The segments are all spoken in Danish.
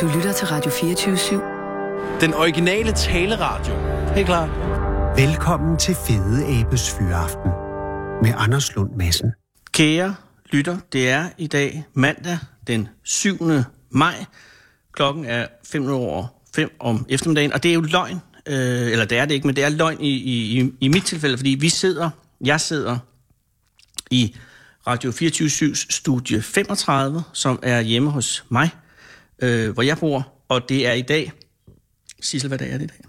Du lytter til Radio 24 /7. Den originale taleradio. Helt klar. Velkommen til Fede Abes Fyraften med Anders Lund Madsen. Kære lytter, det er i dag mandag den 7. maj. Klokken er 5 over 5 om eftermiddagen, og det er jo løgn. Øh, eller det er det ikke, men det er løgn i, i, i- i mit tilfælde, fordi vi sidder, jeg sidder i Radio 24-7's studie 35, som er hjemme hos mig, øh, hvor jeg bor, og det er i dag... Sissel, hvad dag er det i dag?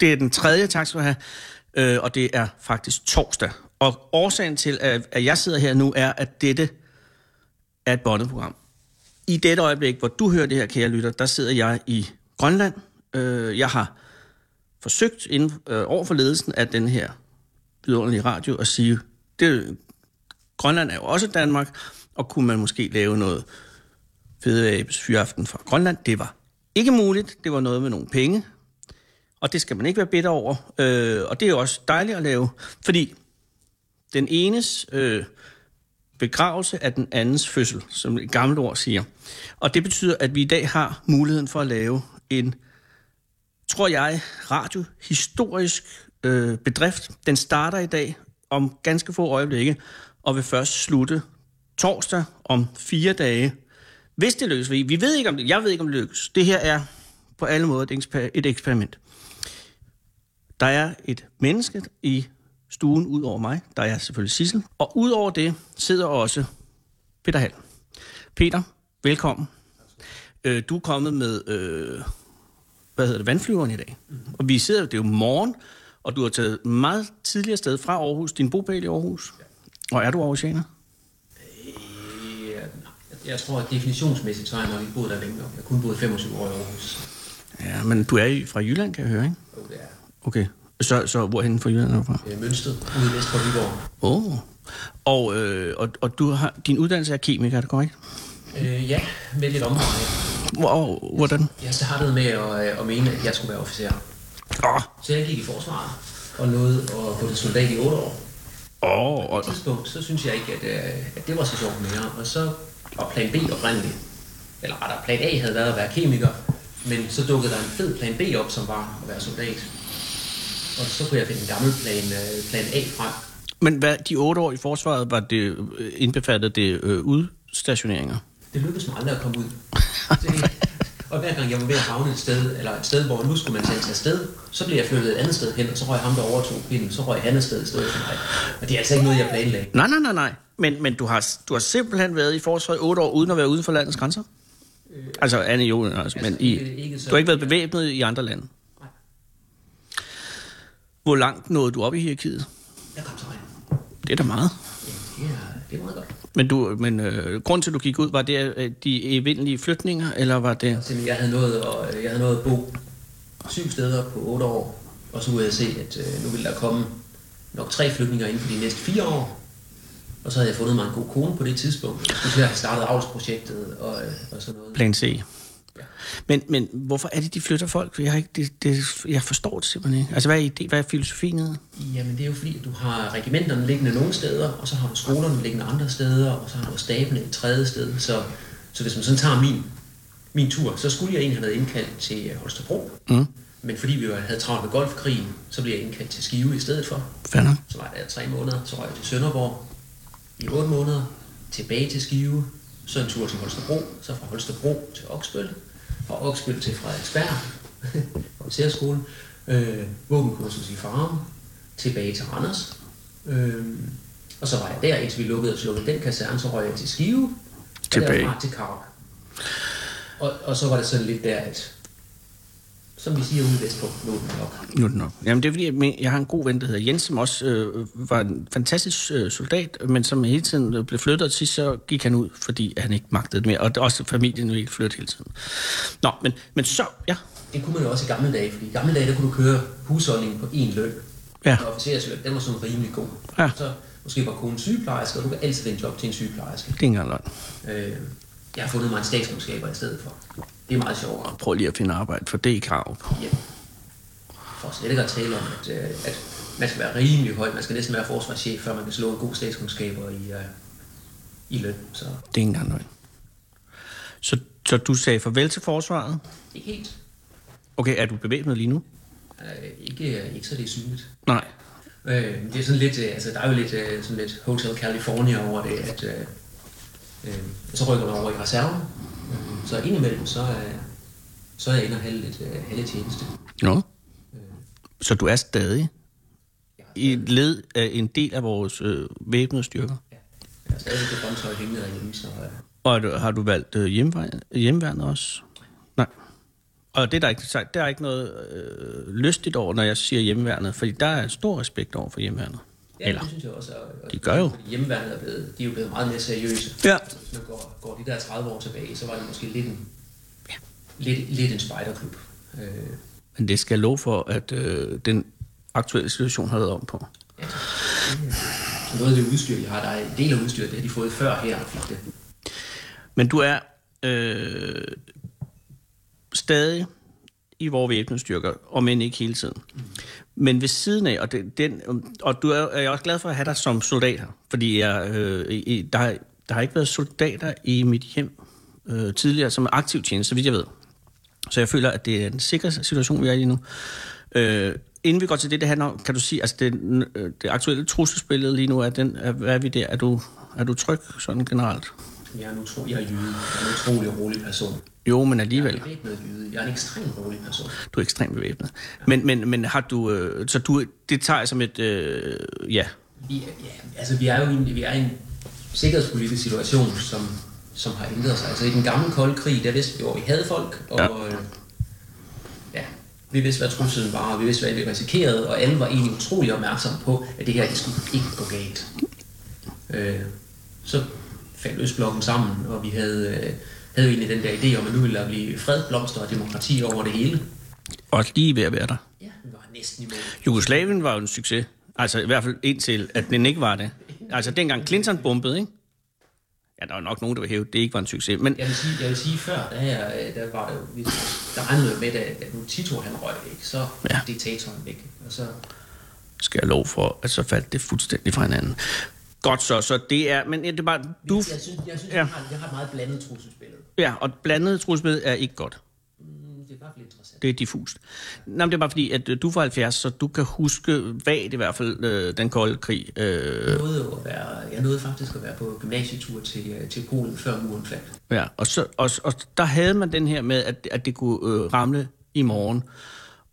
Det er den tredje, tak skal du have, øh, og det er faktisk torsdag. Og årsagen til, at, at jeg sidder her nu, er, at dette er et bondet program. I dette øjeblik, hvor du hører det her, kære lytter, der sidder jeg i Grønland. Øh, jeg har forsøgt inden, øh, over for ledelsen af den her vidunderlige radio at sige, det, Grønland er jo også Danmark, og kunne man måske lave noget Fede Abes Fyraften fra Grønland? Det var ikke muligt. Det var noget med nogle penge. Og det skal man ikke være bitter over. Øh, og det er jo også dejligt at lave, fordi den enes øh, begravelse er den andens fødsel, som et gammelt ord siger. Og det betyder, at vi i dag har muligheden for at lave en, tror jeg, radiohistorisk øh, bedrift. Den starter i dag om ganske få øjeblikke, og vil først slutte torsdag om fire dage. Hvis det lykkes, vi, vi ved ikke om det, jeg ved ikke om det lykkes. Det her er på alle måder et, eksper- et eksperiment. Der er et menneske i stuen ud over mig. Der er selvfølgelig Sissel. Og ud over det sidder også Peter Hall. Peter, velkommen. Øh, du er kommet med, øh, hvad hedder det, vandflyveren i dag. Og vi sidder, det er jo morgen, og du har taget meget tidligere sted fra Aarhus, din bopæl i Aarhus. Og er du Aarhusianer? Jeg tror, at definitionsmæssigt så har jeg nok ikke boet der længe nok. Jeg har kun boet 25 år i Aarhus. Ja, men du er jo fra Jylland, kan jeg høre, ikke? Og det er Okay. Så, så hvorhen fra Jylland er du fra? øh, Mønsted, ude vest for Viborg. Åh. Oh. Og, øh, og, og du har, din uddannelse er kemiker, er det korrekt? Øh, ja, med lidt omvej. Wow, hvordan? Jeg startede med at, øh, at mene, at jeg skulle være officer. Åh, Så jeg gik i forsvaret og nåede at gå til soldat i 8 år. oh, På et tidspunkt, så synes jeg ikke, at, øh, at det var så sjovt mere. Og så var plan B oprindeligt. Eller rettere, plan A havde været at være kemiker. Men så dukkede der en fed plan B op, som var at være soldat. Og så kunne jeg finde en gammel plan, øh, plan A frem. Men hvad, de otte år i forsvaret, var det øh, indbefattet det øh, udstationeringer? det lykkedes mig aldrig at komme ud. Det, og hver gang jeg var ved at havne et sted, eller et sted, hvor nu skulle man sendes afsted, så blev jeg flyttet et andet sted hen, og så røg ham, der overtog pinden, så røg han afsted i stedet for mig. Og det er altså ikke noget, jeg planlagde. Nej, nej, nej, nej. Men, men du, har, du har simpelthen været i forsvaret i otte år, uden at være uden for landets grænser? Øh, altså, Anne jo, altså, men i, ikke- øh, ikke så- du har ikke været bevæbnet i andre lande? Nej. Hvor langt nåede du op i hierarkiet? Jeg kom så rent. Det er da meget. Ja, det er- det er meget godt. Men, du, men øh, grund til, at du gik ud, var det øh, de evindelige flytninger, eller var det... Simpelthen, Jeg havde nået at, jeg havde nået at bo syv steder på otte år, og så kunne jeg se, at øh, nu ville der komme nok tre flygtninger inden for de næste fire år. Og så havde jeg fundet mig en god kone på det tidspunkt. Jeg skulle til at have startet avlsprojektet og, øh, og sådan noget. plan C. Men, men hvorfor er det, de flytter folk? Jeg, har ikke, det, det, jeg forstår det simpelthen ikke. Altså, hvad er, idé, hvad er filosofien? i det? Jamen det er jo fordi, at du har regimenterne liggende nogle steder, og så har du skolerne liggende andre steder, og så har du stabene et tredje sted. Så, så hvis man sådan tager min, min tur, så skulle jeg egentlig have været indkaldt til øh, Holstebro. Mm. Men fordi vi jo havde travlt med golfkrigen, så blev jeg indkaldt til Skive i stedet for. Fanden. Så var der tre måneder, så røg jeg til Sønderborg i otte måneder, tilbage til Skive, så en tur til Holstebro, så fra Holstebro til Oksbøl, fra Oksbøl til Frederiksberg, officerskolen, øh, våbenkursus i Farum, tilbage til Randers. Øh, og så var jeg der, indtil vi lukkede og slukkede den kaserne, så røg jeg til Skive, og Tilbage. derfra til Karup. Og, og så var det sådan lidt der, at som vi siger ude vestpå, nu er det nok. Nu er det nok. Jamen, det er fordi, jeg men- jeg har en god ven, der hedder Jens, som også øh, var en fantastisk øh, soldat, men som hele tiden øh, blev flyttet, og til sidst så gik han ud, fordi han ikke magtede det mere, og det- også familien ville flytte hele tiden. Nå, men, men så, ja, Det kunne man jo også i gamle dage, fordi i gamle dage, der kunne du køre husholdningen på én løn. Ja. Og officersløn, den var sådan rimelig god. Ja. Så måske var konen sygeplejerske, og du kan altid finde job til en sygeplejerske. det er ikke engang løgn. Øh, jeg har fundet mig en statskundskaber i stedet for. Det er meget sjovere. Prøv lige at finde arbejde, for det er i krav. Ja. For slet ikke at tale om, at, øh, at man skal være rimelig høj. Man skal næsten være forsvarschef, før man kan slå en god statskundskaber i, øh, i løn. Så Det er ikke engang løgn. Så Så du sagde farvel til forsvaret. Ikke helt. Okay, er du bevæbnet lige nu? Øh, ikke, ikke så det er synligt. Nej. Øh, men det er sådan lidt, øh, altså der er jo lidt, øh, sådan lidt Hotel California over det, at øh, øh, så rykker man over i reserven. Øh, Så indimellem, så, øh, så er jeg inde og halve lidt øh, halve tjeneste. Nå. Øh. Så du er stadig i led af en del af vores øh, væbnede styrker? Ja. Jeg har stadig lidt grøntøj hængende derhjemme, så øh, Og er du, har du valgt øh, hjemmeværn, hjemmeværn også? Nej. Og det er der ikke, sagt, der er ikke noget øh, lystigt over, når jeg siger hjemmeværnet, fordi der er stor respekt over for hjemmeværnet. ja, Eller? det synes jeg også. Og, og De gør jo. fordi Hjemmeværnet er blevet, de er jo blevet meget mere seriøse. Ja. Hvis man går, går de der 30 år tilbage, så var det måske lidt en, ja. lidt, lidt en spejderklub. Øh, Men det skal jeg love for, at øh, den aktuelle situation har lavet om på. Ja. Noget af det udstyr, de har, der er en del af udstyret, det har de fået før her og fik det. Men du er øh, stadig i vores væbnede styrker, om end ikke hele tiden. Men ved siden af, og, det, den, og du er, er jeg også glad for at have dig som soldat her, fordi jeg, øh, i- i, der, har- der har ikke været soldater i mit hjem øh, tidligere som aktiv tjeneste, så vidt jeg ved. Så jeg føler, at det er en sikker situation, vi er i lige nu. Øh, inden vi går til det, det handler om, kan du sige, altså det, øh, det aktuelle trusselsbillede lige nu, er den, er, hvad er vi der? Er du, er du tryg sådan generelt? Jeg er, en utro, jeg er jyde. Jeg er en utrolig rolig person. Jo, men Jeg er alligevel. ikke noget jyde. Jeg er en ekstremt rolig person. Du er ekstremt bevæbnet. Men, men, men har du... Øh, så du, det tager jeg som et... Øh, ja. Vi er, ja, altså, vi er jo i en, vi er i en sikkerhedspolitisk situation, som, som har ændret sig. Altså, i den gamle kolde krig, der vidste vi, hvor vi havde folk, og Ja. ja. Øh, ja, vi vidste, hvad truslen var, og vi vidste, hvad vi risikerede, og alle var egentlig utrolig opmærksomme på, at det her, det skulle ikke gå galt. Øh, så faldt Østblokken sammen, og vi havde, øh, havde jo egentlig den der idé om, at nu ville der blive fred, blomster og demokrati over det hele. Og lige ved at være der. Ja, vi var næsten i mål. Jugoslavien var jo en succes. Altså i hvert fald indtil, at den ikke var det. Altså dengang Clinton bombede, ikke? Ja, der var nok nogen, der vil hæve, at det ikke var en succes. Men Jeg vil sige, jeg vil sige før, der, her, øh, der var det jo, vi- der regnede jeg med, at at nu Tito han røg væk, så Ja. ja. diktatoren væk. Og så, skal jeg lov for, at så faldt det fuldstændig fra hinanden. Godt så, så det er... Men ja, det er bare... Du, jeg synes, jeg, synes, Ja. ja. jeg, har, jeg har et meget blandet trusselspillede. ja, og blandet trusselbillede er ikke godt. Mm, Det er bare lidt interessant. Det er diffust. Nå, men det er bare fordi, at øh, du er fra 70, så du kan huske vagt i hvert fald øh, den kolde krig. Øh, Jeg nåede, jo at være, jeg nåede faktisk at være på gymnasietur til, øh, til Polen, før muren faldt. Ja, og, så, og, og der havde man den her med, at, at det kunne øh, ramle i morgen.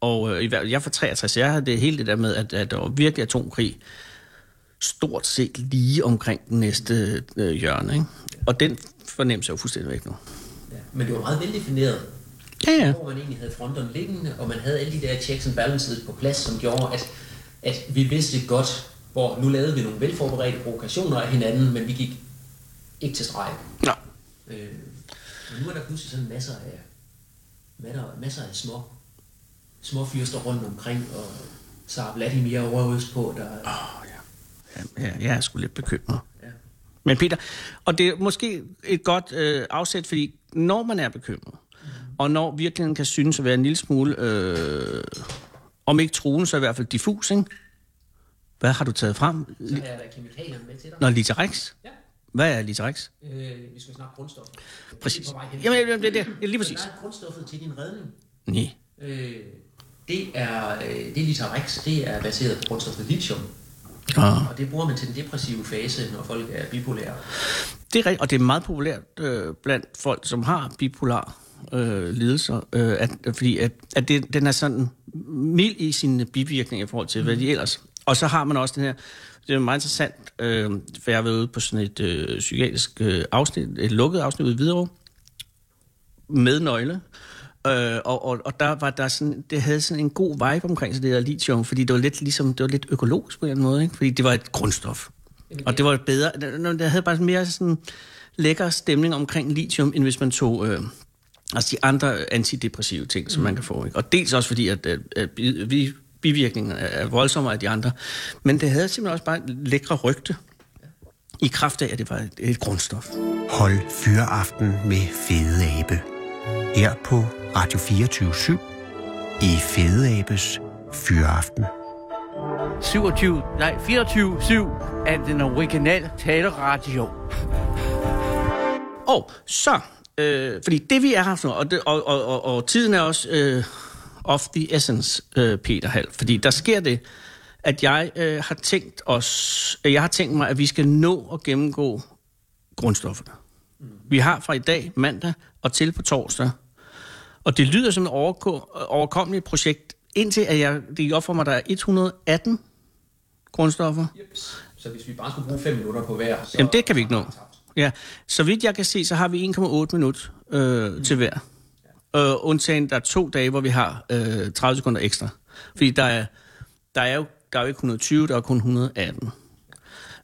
Og øh, i hver- jeg er fra 63, jeg havde det hele det der med, at, at der var virkelig atomkrig stort set lige omkring den næste øh, hjørne. Ikke? Og den fornemmelse er jo fuldstændig væk nu. Ja. Men det var meget veldefineret, Ja, ja. hvor man egentlig havde fronterne liggende, og man havde alle de der checks and balances på plads, som gjorde, at, at vi vidste godt, hvor nu lavede vi nogle velforberedte provokationer af hinanden, men vi gik ikke til streg. Nå. Øh, men nu er der pludselig sådan masser af, masser, masser af små, små fyrster rundt omkring, og så er Vladimir over på, der... Ah. Ja, ja, jeg er sgu lidt bekymret. Ja. Men Peter, og det er måske et godt øh, afsæt, fordi når man er bekymret, og når virkeligheden kan synes at være en lille smule, øh, om ikke truende, så i hvert fald diffus, ikke? Hvad har du taget frem? Så har jeg da kemikalierne med til dig. Når Literex? Ja. Hvad er Literex? Øh, vi skal snakke grundstoffer. Det er Præcis. på vej hen. Jamen, jamen, det er det. Lige præcis. Men der er grundstoffet til din redning. Nej. Øh, det er, øh, det er Litarex, det er baseret på grundstoffet lithium, Ah. og det bruger man til den depressive fase, når folk er bipolære. Det er rigtigt, og det er meget populært øh, blandt folk, som har bipolar øh, lidelser, øh, at, fordi at, at det, den er sådan mild i sine bivirkninger i forhold til, hvad de ellers... Og så har man også den her... Det er meget interessant, øh, for jeg har været ude på sådan et øh, psykiatrisk øh, afsnit, et lukket afsnit ude i Hvidovre, med nøgle. Øh, og, og, og der var der sådan, det havde sådan en god vibe omkring sig, det der lithium, fordi det var lidt ligesom, det var lidt økologisk på en eller anden måde, ikke? fordi det var et grundstof. Og det var bedre, der, der havde bare sådan mere sådan lækker stemning omkring lithium, end hvis man tog øh, altså de andre antidepressive ting, som man kan få. Ikke? Og dels også fordi, at, at, at bi- vi, bivirkningerne er voldsommere end de andre, men det havde simpelthen også bare et lækre rygte, i kraft af, at det var et, et grundstof. Hold fyreaften med Fede Abe. Her på Radio 24 i Fede Abes Fyreaften. 27, nej, 24-7 af den originale taleradio. Og så, øh, Øh, fordi det vi er her for, og, det, og, og, og, og tiden er også øh, of the essence, øh, Peter Hall. Fordi der sker det, at jeg øh, har tænkt os, øh, jeg har tænkt mig, at vi skal nå at gennemgå grundstofferne. Vi har fra i dag, mandag og til på torsdag. Og det lyder som et overko- overkommeligt projekt, indtil at jeg, det gik op for mig, der er 118 grundstoffer. Så hvis vi bare skulle bruge 5 minutter på hver, så... Jamen, det kan vi ikke nå. Ja, så vidt jeg kan se, så har vi 1,8 minut øh, mm. til hver. Øh, undtagen, der er to dage, hvor vi har øh, 30 sekunder ekstra. Fordi der er, der, er jo, der er jo ikke 120, der er kun 118.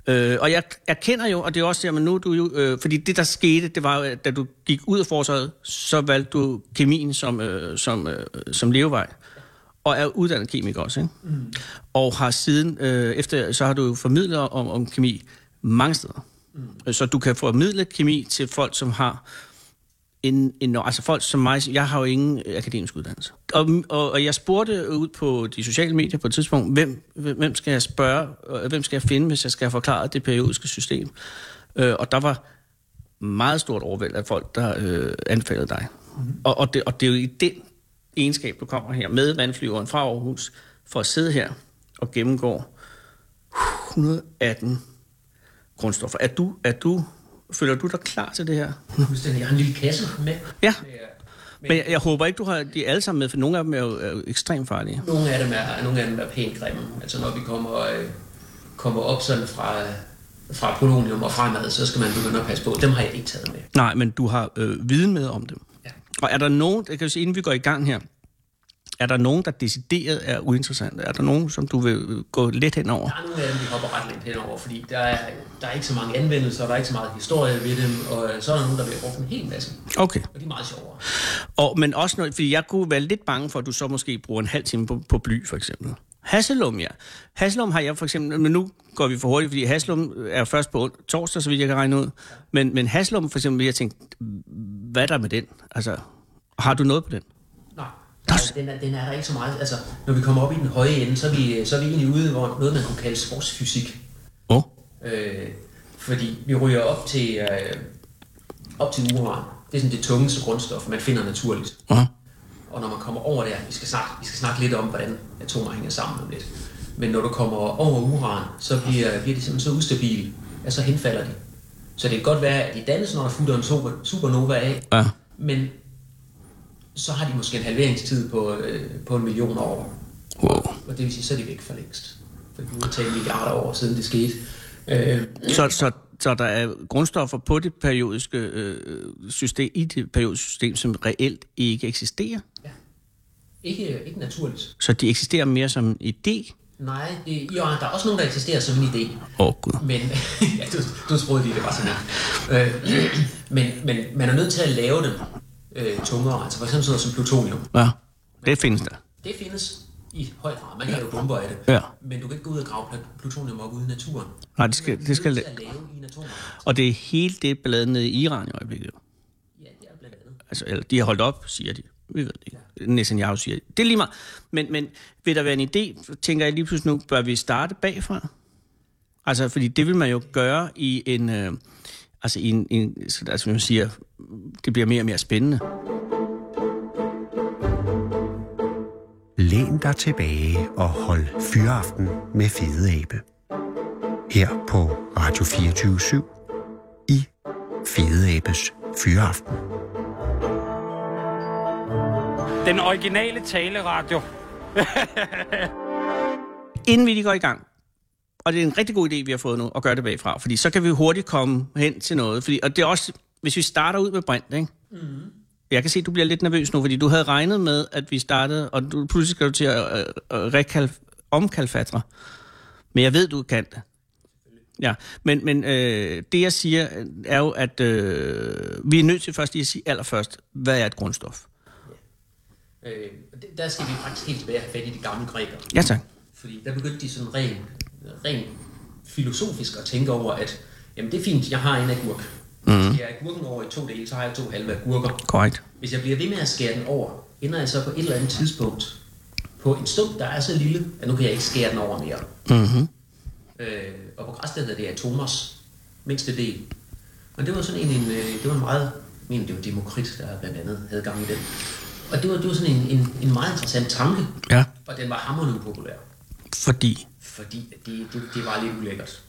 Øh, og jeg erkender jo, og det er også der, men nu er du jo... Øh, fordi det, der skete, det var jo, at da du gik ud af forsøget, så valgte du kemien som, øh, som, øh, som levevej. Og er uddannet kemiker også, ikke? Mm. Og har siden... Øh, efter, så har du jo formidlet om, om kemi mange steder. Mm. Så du kan formidle kemi til folk, som har en, en, altså folk som mig, jeg har jo ingen øh, akademisk uddannelse. Og, og, og jeg spurgte ud på de sociale medier på et tidspunkt, hvem, hvem hvem skal jeg spørge, og hvem skal jeg finde, hvis jeg skal have forklaret det periodiske system? Øh, og der var meget stort overvæld af folk, der øh, anbefalede dig. Mm. Og, og, det, og det er jo i den egenskab, du kommer her med vandflyveren fra Aarhus, for at sidde her og gennemgå 118 grundstoffer. Er du, er du, føler du dig klar til det her? Fuldstændig. Jeg har en lille kasse med. Ja. Men jeg, jeg håber ikke, du har de alle sammen med, for nogle af dem er jo, er jo ekstremt farlige. Nogle af dem er, nogle af dem er pænt grimme. Altså når vi kommer, øh, kommer op sådan fra, øh, fra polonium og fremad, så skal man begynde at passe på. Dem har jeg ikke taget med. Nej, men du har øh, viden med om dem. Ja. Og er der nogen, jeg kan jo sige, inden vi går i gang her, er der nogen, der decideret er uinteressante? Er der nogen, som du vil øh, gå let hen over? Der er nogle af dem, vi hopper ret lidt henover, fordi der er, der er ikke så mange anvendelser, der er ikke så meget historie ved dem, og øh, så er der nogen, der bliver brugt en hel masse, Okay. og de er meget sjovere. Og, men også noget, fordi jeg kunne være lidt bange for, at du så måske bruger en halv time på, på bly, for eksempel. Hasselum, ja. Hasselum har jeg for eksempel, men nu går vi for hurtigt, fordi Hasselum er først på on- torsdag, så vidt jeg kan regne ud. Men, men Hasselum for eksempel, vil jeg tænke, hvad er der med den? Altså, har du noget på den? Nej, nej altså, den, er, den er der ikke så meget. Altså, når vi kommer op i den høje ende, så er vi, så er vi egentlig ude, hvor noget, man kunne kalde sportsfysik. Åh. Oh. Øh, fordi vi ryger op til, øh, op til uran. Det er sådan det tungeste grundstof, man finder naturligt. Uh-huh. Og når man kommer over der, vi skal snakke, vi skal snakke lidt om, hvordan atomer hænger sammen om lidt. Men når du kommer over uran, så bliver, bliver de simpelthen så ustabile, at så henfalder de. Så det kan godt være, at de dannes, når der futter en super, supernova af, Ja. men så har de måske en halveringstid på, øh, på en million år. Wow. Og det vil sige, så er de væk for længst. For vi har talt milliarder år siden det skete. Øh, Så, så, så der er grundstoffer på det periodiske øh, system, i det periodiske system, som reelt ikke eksisterer. ikke, ikke naturligt. Så de eksisterer mere som en idé. Nej, det, jo, der er også nogen, der eksisterer som en idé. Åh, oh, gud. Men, ja, du, du troede lige, det var sådan her. øh, men, men man er nødt til at lave dem øh, tungere, altså for eksempel sådan noget som plutonium. Ja, det findes der. Det findes i høj grad, man kan jo bomber af det. Ja. Men du kan ikke gå ud og grave pl- plutonium op ude i naturen. Nej, det skal, det skal, Det er nødt til at lave i en atomreaktor. og det er helt det ballade nede i Iran i øjeblikket. jo. Ja, det er blandt andet. Altså, eller de har holdt op, siger de. Vi ved det ikke. Netanyahu siger det. Det er lige meget. Men, men vil der være en idé, tænker jeg lige pludselig nu, bør vi starte bagfra? Altså, fordi det vil man jo gøre i en... Øh, altså, i en, en altså, som man siger, det bliver mere og mere spændende. Læn dig tilbage og hold fyraften med Fede Abe. Her på Radio 24 i Fede Abes Fyraften. Den originale taleradio. inden vi lige går i gang, og det er en rigtig god idé, vi har fået nu, at gøre det bagfra, fordi så kan vi hurtigt komme hen til noget. Fordi, og det er også, hvis vi starter ud med brint, ikke? Mm. Jeg kan se, at du bliver lidt nervøs nu, fordi du havde regnet med, at vi startede, og du pludselig skal du til at, at, at rekalf- omkalfatre. Men jeg ved, du kan det. Ja, men, men øh, det jeg siger er jo, at øh, vi er nødt til først lige at sige allerførst, hvad er et grundstof? Øh, og det- der skal vi faktisk helt tilbage og have fat i de gamle grækere. Ja tak. Fordi der begyndte de sådan rent ren filosofisk at tænke over, at jamen det er fint, jeg har en agurk. Mm. Skærer jeg agurken over i to dele, så har jeg to halve agurker. Korrekt. Hvis jeg bliver ved med at skære den over, ender jeg så på et eller andet tidspunkt på en stump, der er så lille, at nu kan jeg ikke skære den over mere. Mm-hmm. Øh, og på græs der hedder det atomers mindste del. Men det var sådan en, en øh, det var en meget mener, det var Demokrit, der blandt andet havde gang i den. Og det var, det var sådan en, en, en meget interessant tanke, Ja. og den var hammerende upopulær, Fordi, fordi at det, det, det var lidt ulækkert.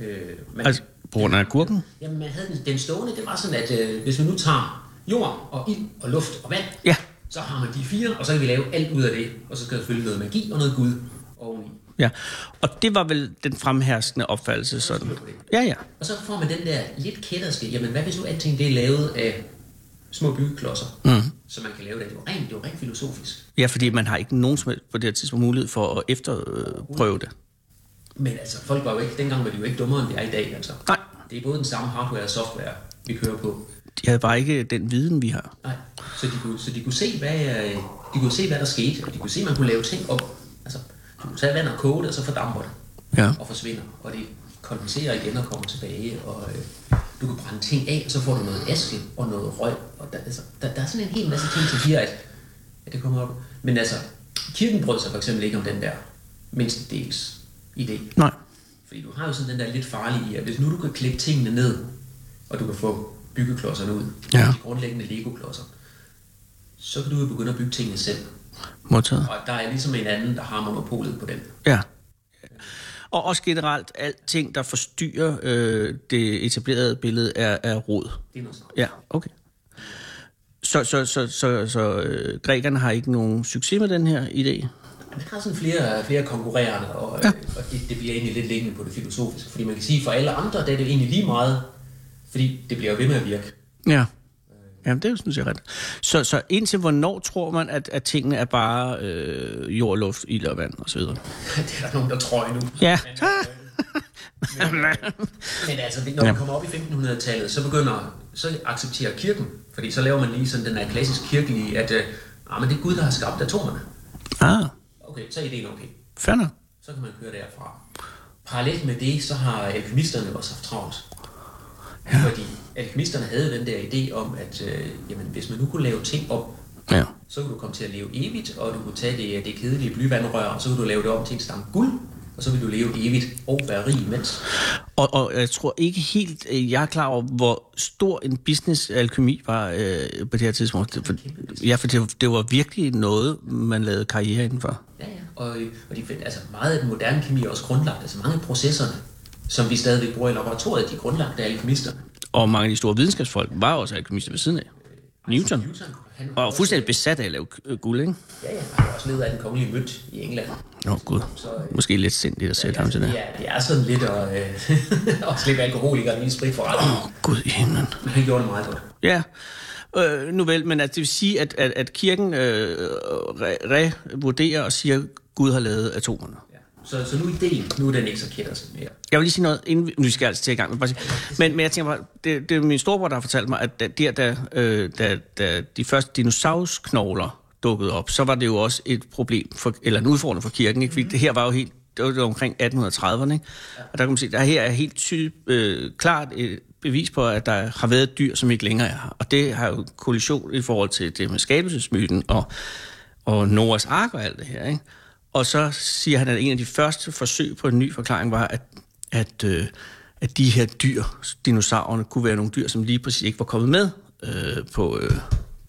Øh, man, altså, på grund af gurken, Jamen, man havde den, den stående, det var sådan, at øh, hvis man nu tager jord og ild og luft og vand, Ja. så har man de fire, og så kan vi lave alt ud af det. Og så skal der selvfølgelig noget magi og noget gud oveni. ja. Og det var vel den fremherskende opfattelse sådan. Ja, ja. Og så får man den der lidt kætterske, jamen hvad hvis nu alting det er lavet af små byggeklodser, mm. så man kan lave det. Det var rent, det var rent filosofisk. Ja, fordi man har ikke nogen som helst på det her tidspunkt mulighed for at efterprøve det. Men altså, folk var jo ikke, dengang var de jo ikke dummere, end de er i dag, altså. Nej. Det er både den samme hardware og software, vi kører på. De havde bare ikke den viden, vi har. Nej, så de kunne, så de kunne se, hvad, øh, de kunne se, hvad der skete, og de kunne se, at man kunne lave ting op. Altså, du kunne tage vand og koge det, og så fordamper det, Ja. og forsvinder, og det kondenserer igen og kommer tilbage, og øh, du kan brænde ting af, og så får du noget aske og noget røg, og der, altså, der, der er sådan en hel masse ting, som siger, at, at det kommer op. Men altså, kirken brød sig for eksempel ikke om den der mindstedels idé. Nej. Fordi du har jo sådan den der lidt farlige i, at hvis nu du kan klippe tingene ned, og du kan få byggeklodserne ud, Ja. de grundlæggende legoklodser, så kan du jo begynde at bygge tingene selv. Modtaget. Og der er ligesom en anden, der har monopolet på den. Ja. Og også generelt, alting, der forstyrrer øh, det etablerede billede, er, er råd. Det er noget sådan. Ja, okay. Så, så, så, så, så øh, grækerne har ikke nogen succes med den her idé? Men der er sådan flere, flere konkurrerende, og, ja. og det, det, bliver egentlig lidt liggende på det filosofiske. Fordi man kan sige, for alle andre, der er det egentlig lige meget, fordi det bliver jo ved med at virke. Ja. Jamen, det er jo sådan set ret. Så, så indtil hvornår tror man, at, at tingene er bare øh, jord, luft, ild og vand osv.? det er der nogen, der tror endnu. Ja. Men altså, når man kommer op i 1500-tallet, så begynder, så accepterer kirken, fordi så laver man lige sådan den der klassisk kirkelige, at øh, ah, men det er Gud, der har skabt atomerne. ah, Okay, så er ideen okay. fair nok. Så kan man køre derfra. Parallelt med det, så har alkemisterne også haft travlt. Ja. Fordi alkemisterne havde den der idé om, at øh, jamen, hvis man nu kunne lave ting op, Ja. så kunne du komme til at leve evigt, og du kunne tage det, det kedelige blyvandrør, og så kunne du lave det om til en stamme guld, og så ville du leve evigt og være rig imens. Og, og jeg tror ikke helt, øh, jeg er klar over, hvor stor en business alkemi var øh, på det her tidspunkt. Det- For, ja, for det, det var virkelig noget, man lavede karriere indenfor. Ja, ja. Og, øh, og de, find- altså meget af den moderne kemi er også grundlagt. Altså mange af processerne, som vi stadigvæk bruger i laboratoriet, de er grundlagt af alkemister. Og mange af de store videnskabsfolk var også alkemister ved siden af. Newton. Newton, han Og var fuldstændig besat af at lave øh, guld, ikke? Ja, ja. Han er også leder af den kongelige mønt i England. Nå, gud. Måske lidt sindigt at sætte ham til det. Ja, det er sådan lidt at øh, også lidt alkoholiker og en lille sprit for Åh, Gud i himlen. Men han gjorde det meget godt. Ja, øh, nu vel, men altså, det vil sige, at, at, at kirken øh, re- revurderer og siger, at Gud har lavet atomerne. Ja. Så, så nu er ideen, nu er den ikke så kættersk mere. Jeg vil lige sige noget, inden vi, nu skal jeg altså til i gang. Men, bare sige, men, men jeg tænker bare, det, det er min storebror, der har fortalt mig, at da- der, da, øh, da, da de første dinosaurusknogler dukkede op, så var det jo også et problem, for, eller en udfordring for kirken. Ikke? Fordi det her var jo helt, det var jo omkring 1830'erne. Ikke? Og der kan man se, der her er helt ty, øh, klart et bevis på, at der har været et dyr, som ikke længere er her. Og det har jo kollision i forhold til det med skabelsesmyten og, og Noras ark og alt det her. Ikke? Og så siger han, at en af de første forsøg på en ny forklaring var, at, at, øh, at de her dyr, dinosaurerne, kunne være nogle dyr, som lige præcis ikke var kommet med øh, på, øh,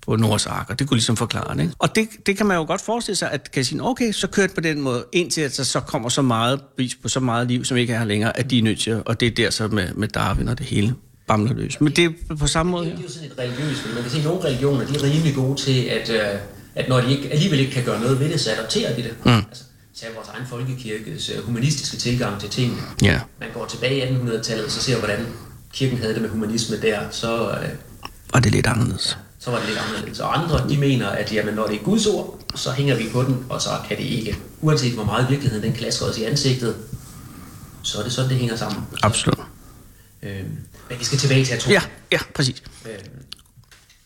på Noras ark, og det kunne ligesom forklare det. Ikke? Og det, det kan man jo godt forestille sig, at kan sige, okay, så kører det på den måde, indtil at der så kommer så meget bevis på så meget liv, som ikke er her længere, at de er nødt til, at- og det er der så med, med Darwin og det hele bamler løs. Men det er på samme måde Det her. er jo sådan et religiøst, men man kan se, at nogle religioner de er rimelig gode til, at, øh, at når de ikke, alligevel ikke kan gøre noget ved det, så adopterer de det. Mm. Altså, tag vores egen folkekirkes øh, humanistiske tilgang til tingene. Ja. Man går tilbage i 1800-tallet, så ser hvordan kirken havde det med humanisme der, så, øh, Og det er lidt anderledes. så var det lidt anderledes. Og andre, de mener, at jamen, når det er Guds ord, så hænger vi på den, og så kan det ikke. Uanset hvor meget virkeligheden den klasker os i ansigtet, så er det sådan, det hænger sammen. Absolut. Øh, men vi skal tilbage til atomen. Ja, ja, præcis.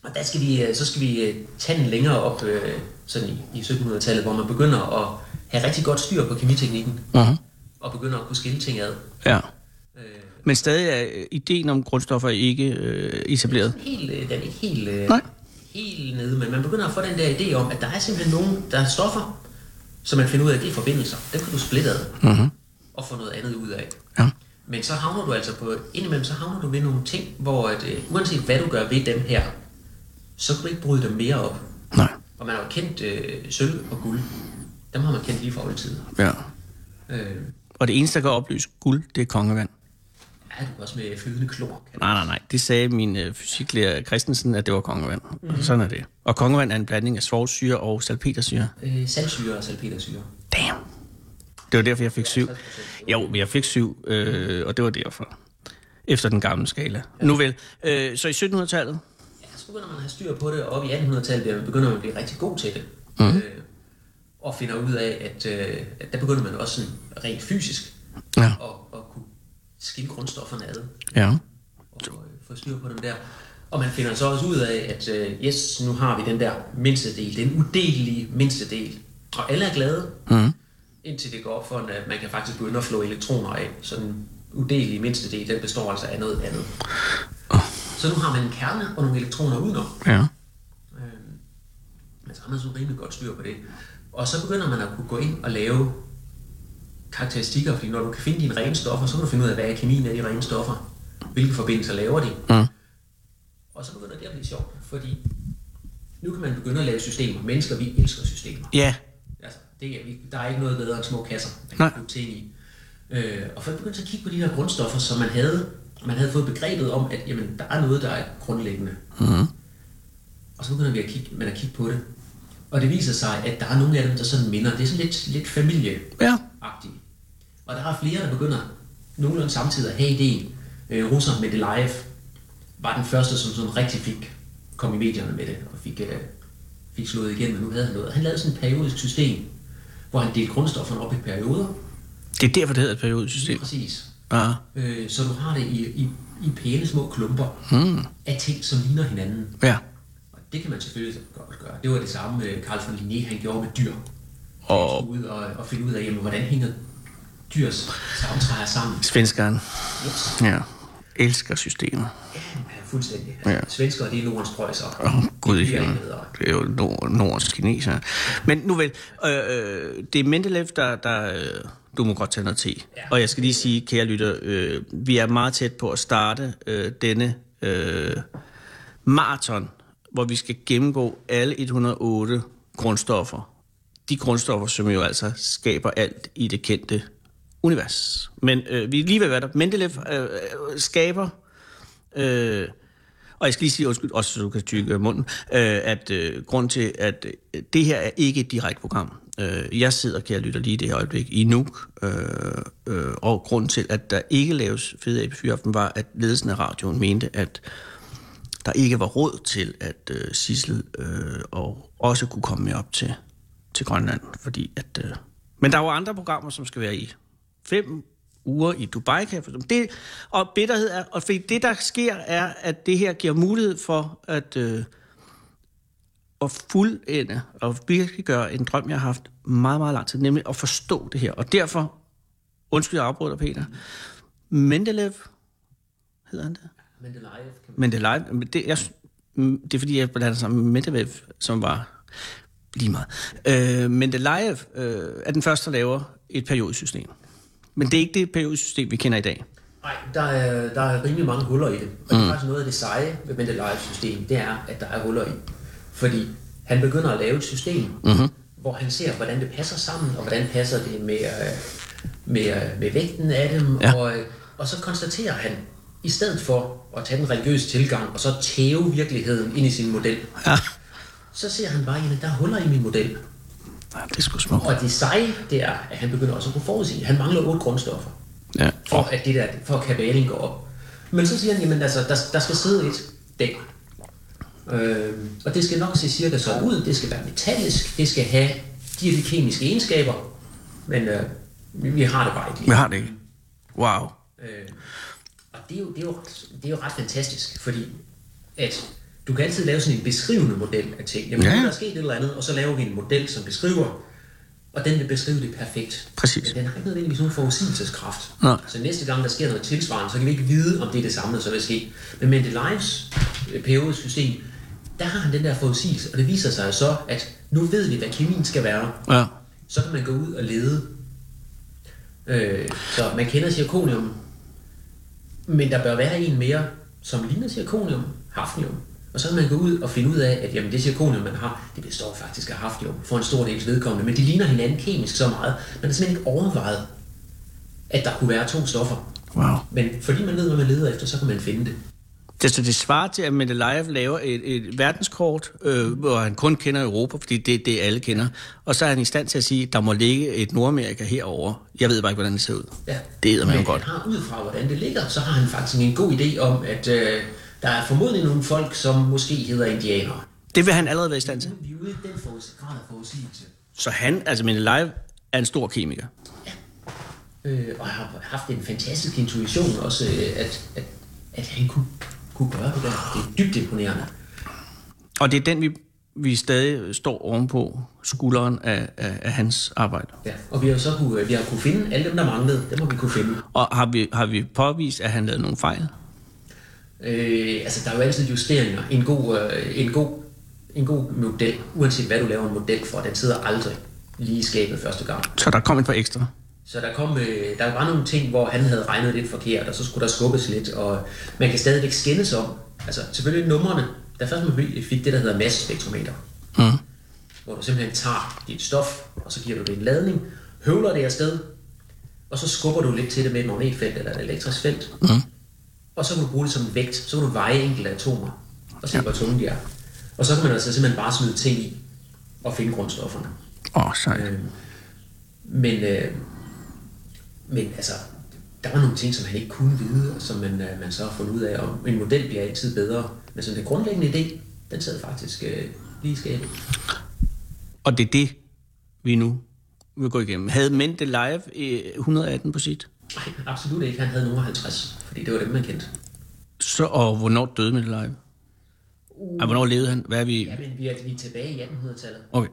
Og der skal vi, øh, så skal vi øh, tage den længere op øh, sådan i, i 1700-tallet, hvor man begynder at have rigtig godt styr på kemiteknikken, Uh-huh. og begynder at kunne skille ting ad. Ja. Men stadig er øh, ideen om grundstoffer ikke øh, etableret. Helt, øh, den er ikke helt, øh, Nej. helt nede, men man begynder at få den der idé om, at der er simpelthen nogen, der er stoffer, som man finder ud af, at det er forbindelser. Dem kan du splitte ad, Mhm. mm-hmm. og få noget andet ud af. Ja. Men så havner du altså på, indimellem så havner du ved nogle ting, hvor at, øh, uanset hvad du gør ved dem her, så kunne du ikke bryde dem mere op. Nej. Og man har jo kendt øh, sølv og guld. Dem har man kendt lige fra oldtiden. Ja. Øh, Og det eneste, der kan oplyse guld, det er kongevand. ja, det var også med flydende klor. Kan Nej, nej, nej. Det sagde min øh, fysiklærer Christensen, at det var kongevand. Mm. Sådan er det. Og kongevand er en blanding af svovlsyre og salpetersyre. øh, saltsyre og salpetersyre. Damn. Det var derfor, jeg fik syv. Jo, men jeg fik syv, øh, og det var derfor. Efter den gamle skala. Nu vel. Øh, så i 1700-tallet, Ja, så begynder man at have styr på det, og op i 1800-tallet bliver- begynder man at blive rigtig god til det. Mm. Øh, og finder ud af, at, øh, at der begynder man også sådan, rent fysisk Ja. at, at kunne skille grundstofferne ad ja. og øh, få styr på dem der. Og man finder så også ud af, at øh, yes, nu har vi den der mindste del, den udelelige mindste del. Og alle er glade, mm. indtil det går op for, en, at man kan faktisk begynde at flå elektroner af. Så den udelelige mindste del, den består altså af noget andet. Så nu har man en kerne og nogle elektroner udenom. Ja. Men så har man sådan rimelig godt styr på det. Og så begynder man at kunne gå ind og lave karakteristikker, fordi når du kan finde dine rene stoffer, så kan du finde ud af, hvad er kemien af de rene stoffer. Hvilke forbindelser laver de? Mm. Og så begynder det at blive sjovt, fordi nu kan man begynde at lave systemer. Mennesker, vi elsker systemer. Ja. Altså, det er, vi- der er ikke noget bedre end små kasser, man Nej. kan putte ting i. Øh, og folk begyndte at kigge på de her grundstoffer, som man havde, man havde fået begrebet om, at jamen, der er noget, der er grundlæggende. Mhm. Og så begynder vi at kigge, man at kigge på det. Og det viser sig, at der er nogle af dem, der sådan minder. Det er sådan lidt, lidt familie Ja. agtige Og der er flere, der begynder nogenlunde samtidig at have idéen. Øh, Russer med det live var den første, som sådan rigtig fik kom i medierne med det, og fik, øh, fik slået igen, men nu havde han noget. Han lavede sådan et periodisk system, hvor han delte grundstofferne op i perioder. Det er derfor, det hedder et Ah. Lige periodesystem. præcis. Ja. Øh, så du har det i, i, i pæne små klumper hmm. af ting, som ligner hinanden. Ja. Og det kan man selvfølgelig godt gøre. Det var det samme, øh, Carl von Linné han gjorde med dyr. Og- Ud og, og finde ud af, jamen, hvordan hænger dyrs savntræer sammen. Svenskeren. Yes. Ja. Elsker systemer. Ja, fuldstændig. Altså, Ja. ja. Svenskere, det er nordens prøjser. Åh, oh, gud i Det er himlen. bedre. Det er jo nord, nordisk kineser. Men nu vel, øh, øh, det er Mendeleev, der... der øh, du må godt tage noget te. Ja. Og jeg skal lige sige, kære lytter, øh, vi er meget tæt på at starte øh, denne øh, maraton, hvor vi skal gennemgå alle 108 grundstoffer. De grundstoffer, som jo altså skaber alt i det kendte univers. Men øh, vi er lige ved at være der. Mendeleev øh, øh, skaber... Øh, og jeg skal lige sige, undskyld, også så du kan tykke munden, øh, at øh, grund til, at øh, det her er ikke et direkte program. Øh, jeg sidder, kære lytter, lige i det her øjeblik i Nuuk, øh, øh, og grund til, at der ikke laves fede abefyraften, var, at ledelsen af radioen mente, at der ikke var råd til, at øh, Sissel øh, og også kunne komme med op til, til Grønland. Fordi at, øh... Men der er jo andre programmer, som skal være i fem uger i Dubai, kan jeg forstå. Det, og bitterhed er, og fordi det, der sker, er, at det her giver mulighed for at, øh, at fuldende og virkelig gøre en drøm, jeg har haft meget, meget lang tid, nemlig at forstå det her. Og derfor, undskyld, jeg afbryder, Peter, Mendeleev, hedder han det? Men det live kan man... Men det er live. men Det, jeg, mm, det er fordi, jeg blander sammen med Medvedev, som var lige meget. Øh, men det live øh, er den første, der laver et periodesystem. Men det er ikke det periodesystem, vi kender i dag. Nej, der er, der er rimelig mange huller i det. Og Mm. det er faktisk noget af det seje ved det live system, det er, at der er huller i. Fordi han begynder at lave et system, Mhm. mm-hmm. hvor han ser, hvordan det passer sammen, og hvordan passer det med, øh, med, øh, med vægten af dem. Ja. Ja. Og, øh, og så konstaterer han, i stedet for at tage den religiøse tilgang, og så tæve virkeligheden ind i sin model, Ja, så ser han bare, at der er huller i min model. det er sgu smukt. Og det seje, det er, at han begynder også at kunne forudsige. Han mangler otte grundstoffer, Ja. for at, det der, for at kabalen går op. Men så siger han, jamen altså, der, der skal sidde et der. Øh, og det skal nok se cirka sådan ud. Det skal være metallisk. Det skal have de her kemiske egenskaber. Men øh, vi, vi har det bare ikke lige. Vi har det ikke. Wow. Øh, og det er, jo, det, er jo, ret- det er jo ret fantastisk, fordi at du kan altid lave sådan en beskrivende model af ting. Jamen, Ja. ja. der er sket et eller andet, og så laver vi en model, som beskriver, og den vil beskrive det perfekt. Præcis. Men den har ikke nødvendigvis nogen forudsigelseskraft. Nej. Så næste gang, der sker noget tilsvarende, så kan vi ikke vide, om det er det samme, der så vil ske. Men med det lives øh, periodisk system, der har han den der forudsigelse, og det viser sig jo så, at nu ved vi, hvad kemien skal være Ja. så kan man gå ud og lede. Øh, så man kender zirconium, men der bør være en mere, som ligner zirconium, hafnium. Og så kan man gå ud og finde ud af, at jamen, det zirkonium, man har, det består faktisk af haftium for en stor dels vedkommende, men de ligner hinanden kemisk så meget, man har simpelthen ikke overvejet, at der kunne være to stoffer. Wow. Men fordi man ved, hvad man leder efter, så kan man finde det. Det, så det svarer til, at Mendeleev laver et, et verdenskort, øh, hvor han kun kender Europa, fordi det er det, alle kender. Og så er han i stand til at sige, at der må ligge et Nordamerika herover. Jeg ved bare ikke, hvordan det ser ud. Ja. Det hedder man jo Men godt. han har ud fra, hvordan det ligger, så har han faktisk en god idé om, at øh, der er formodentlig nogle folk, som måske hedder indianere. Det vil han allerede være i stand til. Vi er ude i den forudsi- grad af forudsigelse. Så han, altså Mendeleev, er en stor kemiker. Øh, og har haft en fantastisk intuition også, øh, at, at, at han kunne, kunne gøre det der. Det er dybt imponerende. Og det er den, vi, vi stadig står ovenpå skulderen af, af, af hans arbejde. Ja. Og vi har jo så kunne, øh, vi har kunne finde alle dem, der manglede. Dem har vi kunne finde. Og har vi, har vi påvist, at han lavede nogle fejl? Øh, altså, der er jo altid justeringer. En god, øh, en, god, en god model, uanset hvad du laver en model for, den sidder aldrig lige i skabet første gang. Så der kom et par ekstra. Så der, kom, øh, der var nogle ting, hvor han havde regnet lidt forkert, og så skulle der skubbes lidt, og man kan stadigvæk skændes om, altså selvfølgelig numrene, da først man fik- fik det, der hedder massespektrometer, Mm. hvor du simpelthen tager dit stof, og så giver du det en ladning, høvler det afsted, og så skubber du lidt til det med et magnetfelt eller et elektrisk felt, mm. og så kan du bruge det som vægt, så kan du veje enkelte atomer, og se, ja. hvor tunge de er. Og så kan man altså simpelthen bare smide ting i, og finde grundstofferne. Åh, oh, sejt. Øh, men, øh, men altså, der var nogle ting, som han ikke kunne vide, og som man, øh, man så har fundet ud af, og en model bliver altid bedre. Men sådan den grundlæggende idé, den sad faktisk øh, lige i skabet. Og det er det, vi nu vil gå igennem. Havde Mendeleev øh, 118 på sit? Nej, absolut ikke. Han havde nogen 50, fordi det var dem, man kendte. Så, og hvornår døde Mendeleev? Uh. hvornår levede han? Hvad er vi? Jamen, vi er, vi er tilbage i 1800-tallet. Okay.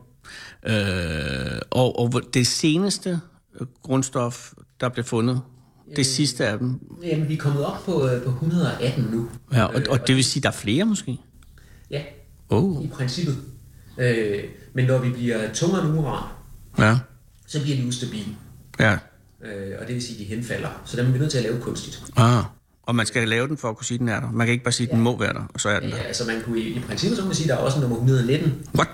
Øh, og, og hvor- det seneste øh, grundstof, der blev fundet, det sidste af dem. Jamen, vi er kommet op på, øh, på 118 nu. Ja, og, og det vil sige, der er flere måske? Ja, Oh. i princippet. Øh, men når vi bliver tungere end uran, Ja. så bliver de ustabile. Ja. Øh, og det vil sige, at de henfalder. Så dem er vi nødt til at lave kunstigt. Ah. Og man skal lave den for at kunne sige, at den er der. Man kan ikke bare sige, at den må være der, og så er den Ja, der. altså man kunne i, i princippet så kunne man sige, at der er også en nummer 119, What?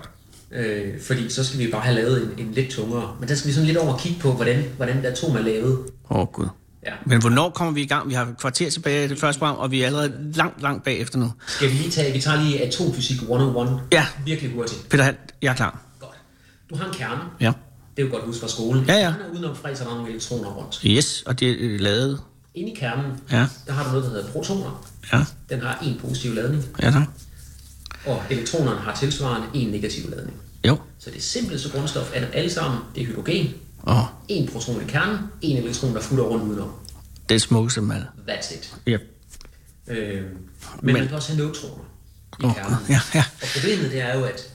øh, fordi så skal vi bare have lavet en, en lidt tungere. Men der skal vi sådan lidt over og kigge på, hvordan, hvordan et atom er lavet. Åh, oh, Gud. Ja. Men hvornår kommer vi i gang? Vi har et kvarter tilbage i det første program, og vi er allerede langt, langt bagefter nu. Skal vi lige tage, vi tager lige atomfysik 101 Ja. virkelig hurtigt. Peter Halt, jeg er klar. Godt. Du har en kerne, Ja. det er jo godt huske fra skolen. Ja, ja. En Kerne, udenom fræser der er nogle elektroner rundt. Yes, og det er øh, lavet. Inde i kernen, Ja. der har du noget, der hedder protoner. Ja, Den har en positiv ladning, ja tak. og elektronerne har tilsvarende en negativ ladning. Jo. Så det simpleste grundstof af dem alle sammen, det er hydrogen. Åh, En proton i kernen, en elektron, der futter rundt udenom. det er smukkeste mad. That's it. Ja. Øh, Øhm, men, Men- men man kan også have neutroner i Åh, kernen. ja, ja. Og problemet det er jo, at,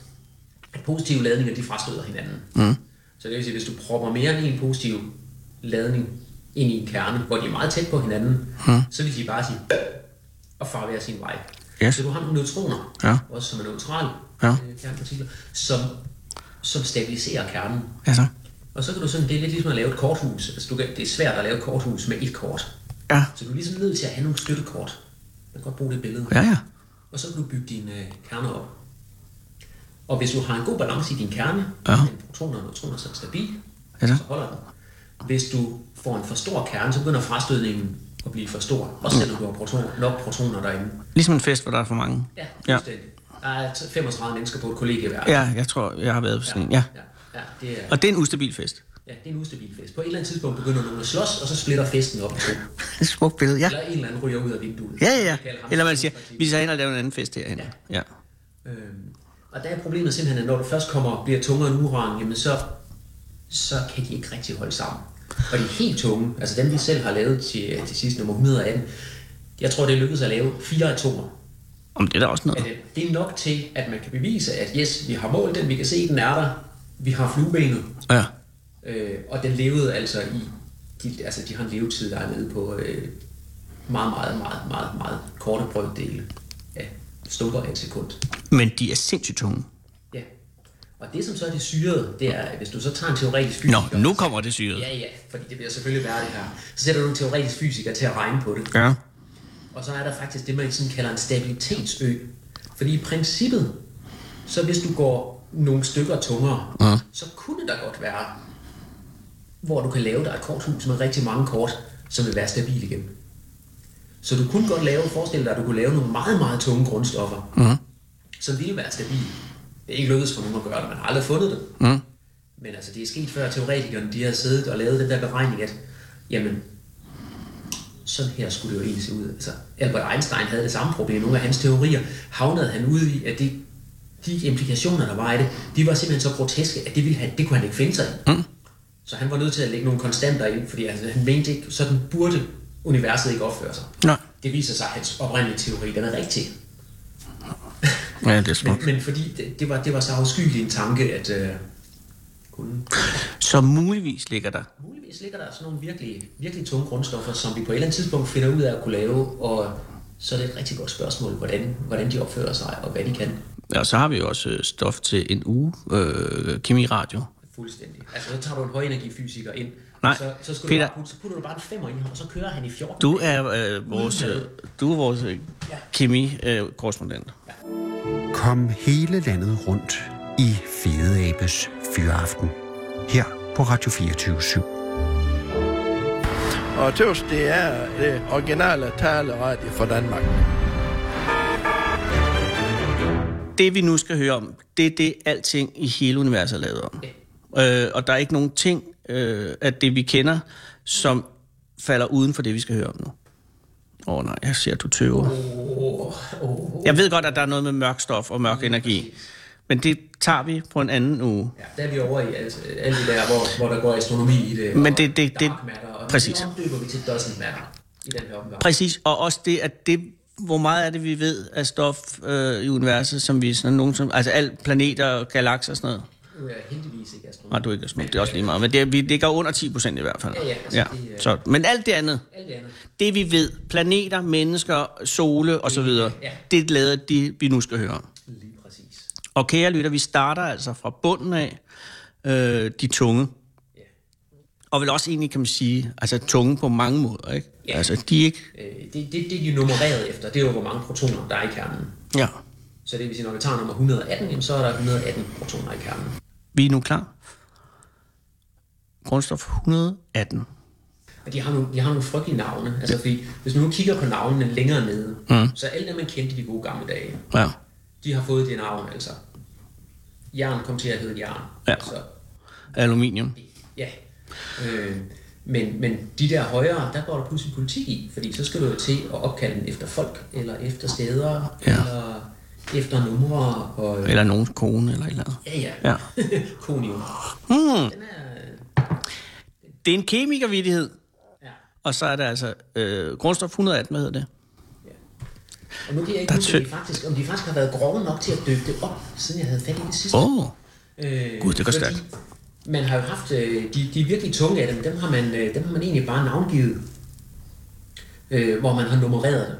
at positive ladninger de frastøder hinanden. Mm. Så det vil sige, hvis du propper mere end en positiv ladning ind i en kerne, hvor de er meget tæt på hinanden, mm. så vil de bare sige "Bøh!" og far hver sin vej. Yes. Så du har nogle neutroner, Ja. også som er neutrale Ja. øh, kernepartikler, som, som stabiliserer kernen. Ja tak. Og så kan du sådan, det er lidt ligesom at lave et korthus. Altså, du kan, det er svært at lave et korthus med et kort. Ja. Så du er ligesom nødt til at have nogle støttekort. Man kan godt bruge det billede. Ja, ja. Og så kan du bygge dine øh, kerner op. Og hvis du har en god balance i din kerne, Ja. med protoner og neutroner, så er den stabil, Ja, tak. så holder den. Hvis du får en for stor kerne, så begynder frastødningen at blive for stor. Også selvom du har protoner, nok protoner derinde. Ligesom en fest, hvor der er for mange. Ja, ja. fuldstændig. Der er 35 mennesker på et kollegieværelse. ja jeg tror, jeg har været på sådan en. Ja. ja. ja, det er, Og det er en ustabil fest. ja, det er en ustabil fest. På et eller andet tidspunkt begynder nogen at slås, og så splitter festen op i to. Et smukt billede, ja. Eller en eller anden ryger ud af vinduet. Ja, ja, ja. Man kalder ham Eller man siger, konstruktiv. vi tager hen og laver en anden fest herhen. Ja. ja. Øhm, og der er problemet simpelthen, at når du først kommer og bliver tungere end uran, jamen så, så kan de ikke rigtig holde sammen. Og de er helt tunge, altså dem vi selv har lavet til, til sidst nummer 118, jeg tror det lykkedes at lave fire atomer. Om det er der også Er noget. det, det er nok til, at man kan bevise, at yes, vi har målt den, vi kan se, den er der, vi har fluebenet, Ja. øh, og den levede altså i, de, altså de har en levetid, der er nede på øh, meget, meget, meget, meget, meget korte brøkdele af stumper af et sekund. Men de er sindssygt tunge. Ja. Og det, som så er det syrede, det er, at hvis du så tager en teoretisk Nå, fysiker... nu kommer det syret. Ja, ja, fordi det bliver selvfølgelig være det her. Så sætter du en teoretisk fysiker til at regne på det. Ja. Og så er der faktisk det, man sådan kalder en stabilitetsø. Fordi i princippet, så hvis du går nogle stykker tungere, ja. så kunne der godt være, hvor du kan lave dig et korthus med rigtig mange kort, som vil være stabil igen. Så du kunne godt lave, forestil dig, at du kunne lave nogle meget, meget tunge grundstoffer, mm. som ville være stabile. Det er ikke lykkedes for nogen at gøre det, man har aldrig fundet det. Mm. Men altså, det er sket før, at teoretikerne de har siddet og lavet den der beregning, at jamen, sådan her skulle det jo egentlig se ud. Altså, Albert Einstein havde det samme problem. Nogle af hans teorier havnede han ude i, at det, de implikationer, der var i det, de var simpelthen så groteske, at det, ville han, det kunne han ikke finde sig i. Mm. Så han var nødt til at lægge nogle konstanter ind, fordi altså, han mente ikke, sådan burde universet ikke opføre sig. Nej. Det viser sig, at hans oprindelige teori, den er rigtig. Ja, det er smukt. Men, men fordi det, det, var, det var så afskyelig en tanke, at øh, kun Så muligvis ligger der. muligvis ligger der sådan nogle virkelig, virkelig tunge grundstoffer, som vi på et eller andet tidspunkt finder ud af at kunne lave, og så er det et rigtig godt spørgsmål, hvordan, hvordan de opfører sig, og hvad de kan. Ja, og så har vi jo også øh, stof til en uge øh, kemiradio. Fuldstændig. Altså, så tager du en højenergifysiker ind, Nej, og så, så, skal Peter. du bare, putte- så putter du bare en femmer i ham, og så kører han i 14. Du er øh, vores, øh, du er vores øh, kemi-korrespondent. Kom hele landet rundt i Fede Abes Fyraften. Her på Radio 24 /7. Og tøs, det er det originale taleradio for Danmark. det vi nu skal høre om, det er det, alting i hele universet er lavet om. Øh, og der er ikke nogen ting øh, af det, vi kender, som falder uden for det, vi skal høre om nu. Åh oh, nej, jeg ser, at du tøver. Jeg ved godt, at der er noget med mørk stof og mørk energi, men det tager vi på en anden uge. Ja, der er vi over i alt, alt det der, hvor, hvor der går astronomi i det, Men og det- det- det- dark matter, og præcis. det omdøber vi til doesn't matter i den her omgang. Præcis, og også det, at det, hvor meget er det, vi ved af stof øh, i universet, som vi sådan nogen som, altså alt planeter, galakser og sådan noget. Nu er jeg heldigvis ikke astronomi. Nej, du er ikke smuk. Det er også lige meget. Men det, er- vi ligger under 10 procent i hvert fald. Ja, ja, altså, det er- så, men alt det andet, Alt det andet. det vi ved, planeter, mennesker, sole osv., Ja. det lader de, vi nu skal høre om. Lige præcis. Og kære lytter, vi starter altså fra bunden af øh, de tunge. Og vel også egentlig, kan man sige, altså tunge på mange måder, ikke? Ja. Altså, de er ikke... Øh, det, det, det, de er nummereret efter, det er jo, hvor mange protoner, der er i kernen. Ja. Så det vil sige, når vi tager nummer 118, jamen, så er der 118 protoner i kernen. Vi er nu klar. Grundstof 118. Og de har nogle, de har nogle frygtelige navne. Altså, fordi, hvis man nu kigger på navnene længere nede, mm. så alle dem, man kendte i de gode gamle dage, Ja. de har fået det navn, altså. Jern kom til at hedde jern. Ja. Så, Aluminium. ja. Øh, men, men de der højere, der går der pludselig politik i, fordi så skal du jo til at opkalde den efter folk, eller efter steder, Ja. eller efter numre, og... Eller nogens kone, eller et eller andet. Ja, ja. Ja. Konium. Det er en kemikervittighed. Ja. Og så er der altså øh, grundstof 118, hvad hedder det? Og nu kan jeg ikke Der er huske, om de, tynd- faktisk, om de faktisk har været grove nok til at dykke det op, siden jeg havde fat i det sidste. Åh, oh, Øh, Gud, det går fordi stærkt. Man har jo haft, øh, de, de virkelig tunge af dem, dem har man, øh, dem har man egentlig bare navngivet, øh, hvor man har nummereret dem.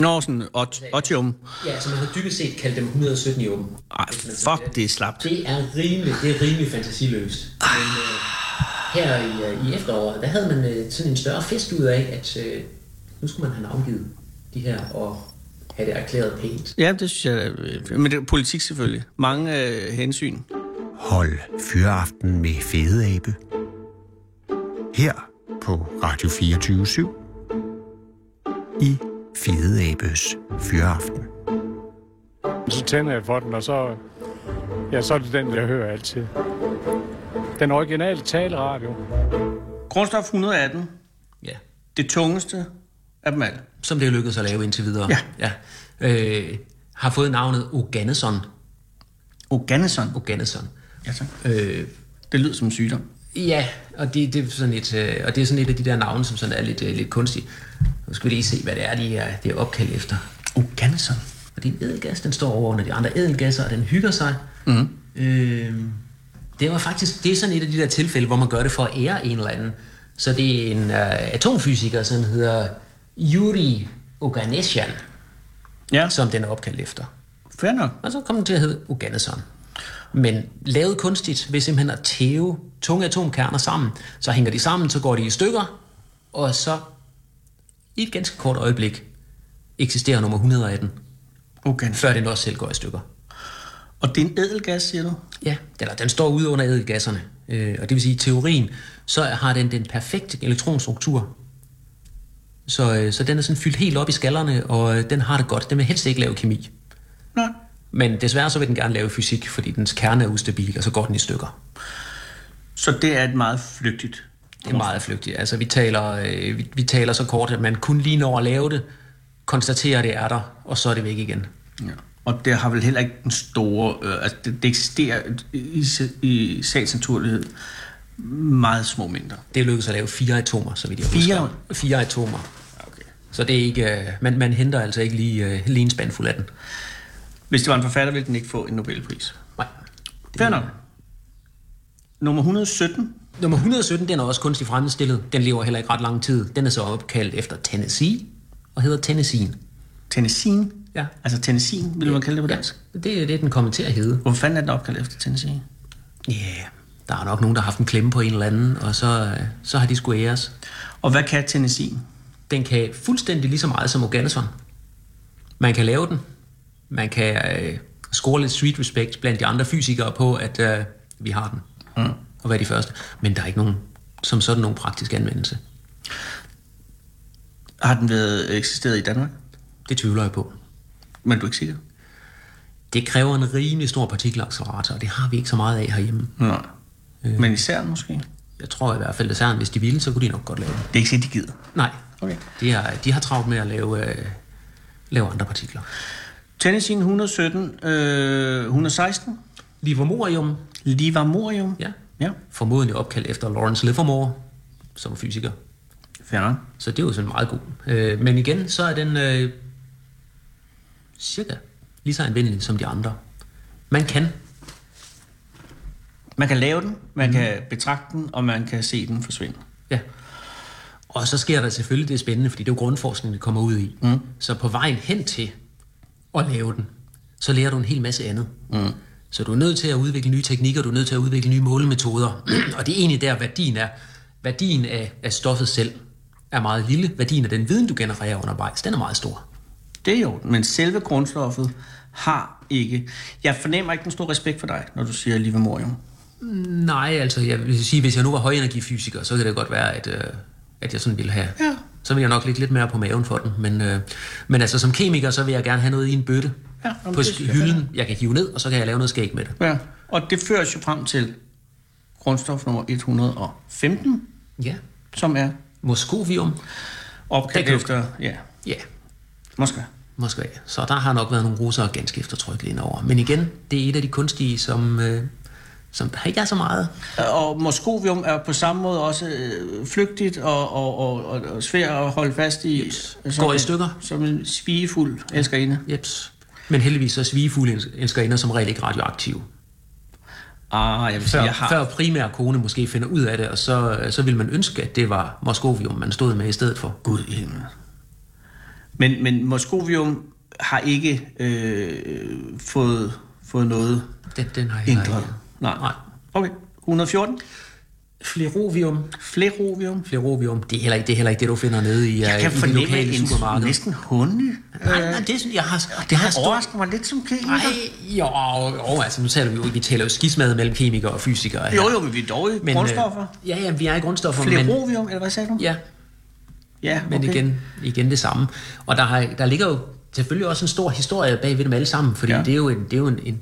nå, sådan ot- otium. Ja, så man har dybest set kaldt dem 117 i åben. Ej, fuck, det er slapt. Det er rimelig, det er rimelig fantasiløst. Ah. Men øh, her i, øh, i efteråret, der havde man øh, sådan en større fest ud af, at øh, nu skulle man have navngivet de her og have det erklæret pænt. Ja, det synes jeg. øh, Men det er politik selvfølgelig. Mange øh, hensyn. Hold Fyraften med Fede Abe. Her på Radio 24 /7. I Fede Abes Fyraften. Så tænder jeg for den, og så, ja, så er det den, jeg hører altid. Den originale taleradio. Grundstof 118, Ja. det tungeste af dem alle. som det er lykkedes at lave indtil videre, ja. Ja. Øh, har fået navnet Oganesson. Oganesson. Oganesson. Ja, tak. Øh, Det lyder som en sygdom. ja, og det, det er sådan et, øh, og det er sådan et af de der navne, som sådan er lidt, øh, lidt kunstigt. Nu skal vi lige se, hvad det er, de er, det er opkaldt efter. Oganesson. Og det er en edelgas, den står over under de andre edelgasser, og den hygger sig. Mm. Øh, det var faktisk, det er sådan et af de der tilfælde, hvor man gør det for at ære en eller anden. Så det er en øh, atomfysiker, som hedder Yuri Oganesyan, Ja, så som den er opkaldt efter. fair nok. Og så kom den til at hedde Uganesson. Men lavet kunstigt ved simpelthen at tæve tunge atomkerner sammen. Så hænger de sammen, så går de i stykker, og så i et ganske kort øjeblik eksisterer nummer 118. Okay. før den også selv går i stykker. Og det er en ædelgas, siger du? Ja, eller den står ude under ædelgasserne. Øh, og det vil sige, i teorien, så har den den perfekte elektronstruktur. Så, øh, så den er sådan fyldt helt op i skallerne, og øh, den har det godt. Den vil helst ikke lave kemi. Nej. Men desværre så vil den gerne lave fysik, fordi dens kerne er ustabil, og så går den i stykker. Så det er et meget flygtigt. Det er meget flygtigt. Altså, vi taler, øh, vi, vi taler så kort, at man kun lige når at lave det, konstaterer, at det er der, og så er det væk igen. Ja. Og det har vel heller ikke den store... Øh, altså det, det eksisterer i, i, i sagens naturlighed meget små mængder. Det lykkedes at lave fire atomer, så vidt jeg Fire? Ah, husker. Fire atomer. Okay. Så det er ikke, øh, man, man henter altså ikke lige, øh, lige en spandfuld af den. Hvis det var en forfatter, ville den ikke få en Nobelpris. Nej. Fair nok. Nummer 117. Nummer 117, den er også kunstigt fremstillet. Den lever heller ikke ret lang tid. Den er så opkaldt efter Tennessee, og hedder Tennessee. Tennessee. Ja. Altså Tennessee, ville man kalde det på dansk. Det er det, den kommer til at hedde. Hvor fanden er den opkaldt efter Tennessee? Ja, yeah. der er nok nogen, der har haft en klemme på en eller anden, og så, øh, så har de sgu æres. Og hvad kan Tennessee? Den kan fuldstændig lige så meget som Afghanistan. Man kan lave den. Man kan øh, score lidt street respect blandt de andre fysikere på, at øh, vi har den. Mm. Og være de første. Men der er ikke nogen, som sådan nogen praktisk anvendelse. Har den været eksisteret i Danmark? Det tvivler jeg på. Men du er ikke sikker? Det kræver en rimelig stor partikelaccelerator, og det har vi ikke så meget af herhjemme. Nej. Øh. Men især måske? Jeg tror i hvert fald, at CERN, hvis de ville, så kunne de nok godt lave det. Det er ikke sikkert, de gider. Nej, Okay. de har, de har travlt med at lave, øh, lave andre partikler. Tennessee 117, øh, 116. Livermorium, Livermorium. ja, Ja, formodentlig opkaldt efter Lawrence Livermore, som er fysiker. fair nok. Så det er jo sådan meget god. Øh, men igen, så er den øh, cirka lige så anvendelig som de andre. Man kan. Man kan lave den, man mm. kan Mhm. betragte den, og man kan se den forsvinde. Ja. Og så sker der selvfølgelig det spændende, fordi det er jo grundforskningen, det kommer ud i. Mm. Så på vejen hen til at lave den, så lærer du en hel masse andet. Mm. Så du er nødt til at udvikle nye teknikker, du er nødt til at udvikle nye målemetoder. og det er egentlig der, værdien er. Værdien af, af stoffet selv er meget lille. Værdien af den viden, du genererer undervejs, den er meget stor. Det er jo, men selve grundstoffet har ikke... Jeg fornemmer ikke den store respekt for dig, når du siger Livermorium. Nej, altså jeg vil sige, hvis jeg nu var højenergifysiker, så kan det godt være, at, øh, at jeg sådan ville have... Ja. Så vil jeg nok ligge lidt mere på maven for den. Men, øh, men altså som kemiker, så vil jeg gerne have noget i en bøtte Ja, jamen, på det sk- synes jeg, hylden, jeg kan hive ned, og så kan jeg lave noget skæg med det. Ja, og det fører os jo frem til grundstof nummer 115, Ja. som er Moskovium. opkaldt Det er efter... Ja, Ja, Moskva. Moskva. Så der har nok været nogle russere ganske eftertrykkelige indover. Men igen, det er et af de kunstige, som, øh, som der ikke er så meget. Og moskovium er på samme måde også øh, flygtigt og, og, og, og, og svær at holde fast i. øh, Jeps. Som Går i en- stykker. Som en svigefuld elskerinde. Jeps. Men heldigvis så er svigefugle elskerinder som regel ikke radioaktive. Ah, jeg vil sige, før, jeg har... før primær kone måske finder ud af det, og så, øh, så vil man ønske, at det var Moskovium, man stod med i stedet for. Gud i himlen. Men, men moskovium har ikke øh, fået, fået noget Den, den har jeg heller ændret. ikke. Nej. Nej. Okay, 114. Flerovium. Flerovium. Flerovium, det er heller ikke det, er heller ikke det du finder nede i, Jeg kan øh, i det fornemme lokale en supermarked. næsten hunde. Nej, nej, det, er sådan- jeg har, det har Det stort... overrasker mig lidt som kemiker. Nej, jo, jo, altså nu taler vi jo, vi taler jo skismad mellem kemikere og fysikere. her. Jo, jo, men vi er dog i Men, øh, grundstoffer. Ja, ja, vi er i grundstoffer, men... Flerovium, eller hvad sagde du? Ja, ja Men okay. okay. igen, igen det samme. Og der, har, der ligger jo selvfølgelig også en stor historie bag ved dem alle sammen, fordi Ja. ja. det er jo en, det er jo en, en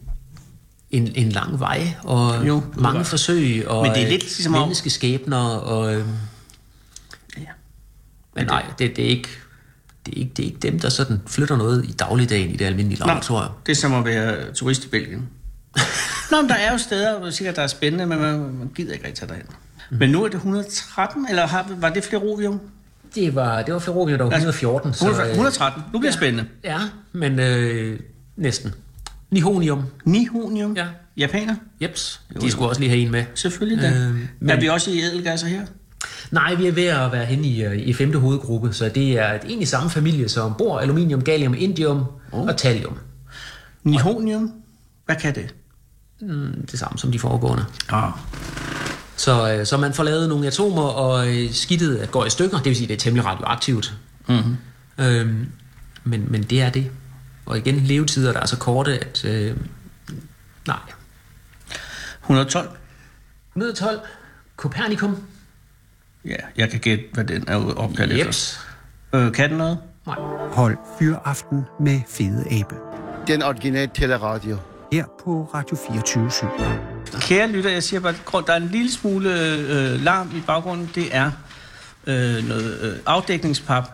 en, en lang vej, og Jo, jo, det er mange godt. forsøg, og Men det er øh, lidt ligesom om- menneskeskæbner, og... Øh, Ja. ja. Men nej, det, det, er ikke, det, er ikke, det er ikke dem, der sådan flytter noget i dagligdagen i det almindelige laboratorium. Det er som at være turist i Belgien. Nå, men der er jo steder, hvor sikkert der er spændende, men man, man gider ikke rigtig tage derhen. Mm. Men nu er det 113, eller har, var det Flerovium? Det var, det var Ferrovia, der var 114. Så, 113, øh, 113. Nu bliver det spændende. Ja, men øh, næsten. Nihonium. Nihonium. Ja. Japaner. Jeps, Jo, jo. de skulle også lige have en med. Selvfølgelig da. Øh, men... Er vi også i ædelgasser her? Nej, vi er ved at være henne i, øh, i femte hovedgruppe, så det er et- egentlig samme familie som bor, aluminium, gallium, indium oh. og thallium. Nihonium. Hvad kan det? Mm, Det samme som de foregående. Ah. Så, øh, så man får lavet nogle atomer, og øh, skidtet går i stykker, det vil sige, det er temmelig radioaktivt. Mm-hmm. Øhm, men, men det er det. Og igen, levetider, der er så korte, at øh, nej. 112. 112, Copernicum. Ja, jeg kan gætte, hvad den er opkaldt Jeps. efter. Øh, kan den noget? Nej. Hold Fyraften med Fede Abe. Den originale teleradio. Her på Radio 24 7. Kære lytter, jeg siger bare, grund- der er en lille smule øh, larm i baggrunden. Det er øh, noget øh, afdækningspap,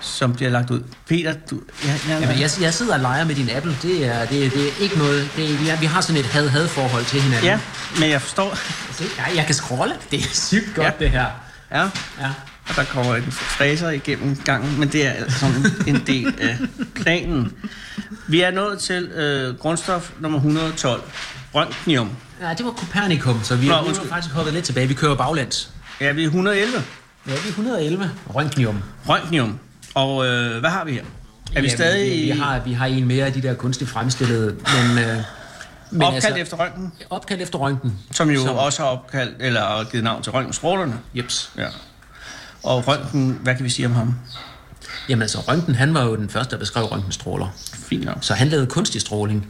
som bliver lagt ud. Peter, du... Ja, ja, Jamen, jeg, jeg sidder og leger med din Apple. Det er, det, det er ikke noget... Det er, vi har- vi har sådan et had-had-forhold til hinanden. ja, men jeg forstår. Se, jeg, jeg kan scrolle. Det er sygt godt, Ja. det her. Ja, Ja. og der kommer en fræser igennem gangen, men det er altså en, en del af planen. Vi er nået til øh, grundstof nummer 112, Røntgenium. ja, det var Copernicum, så vi Nå, Nå, nu er undskyld. vi faktisk hoppet lidt tilbage. Vi kører baglands. Ja, vi er 111, Ja, vi er 111. Røntgenium. Røntgenium. Og øh, hvad har vi her? Er vi Ja, stadig Vi, vi, har, vi har en mere af de der kunstigt fremstillede, men... Øh, men altså- opkaldt efter røntgen? Opkaldt efter røntgen. Som jo som... også har opkaldt, eller givet navn til røntgenstrålerne. Jeps. Ja. Og røntgen, hvad kan vi sige om ham? Jamen altså, røntgen, han var jo den første, der beskrev røntgenstråler. Fint nok. Så han lavede kunstig stråling,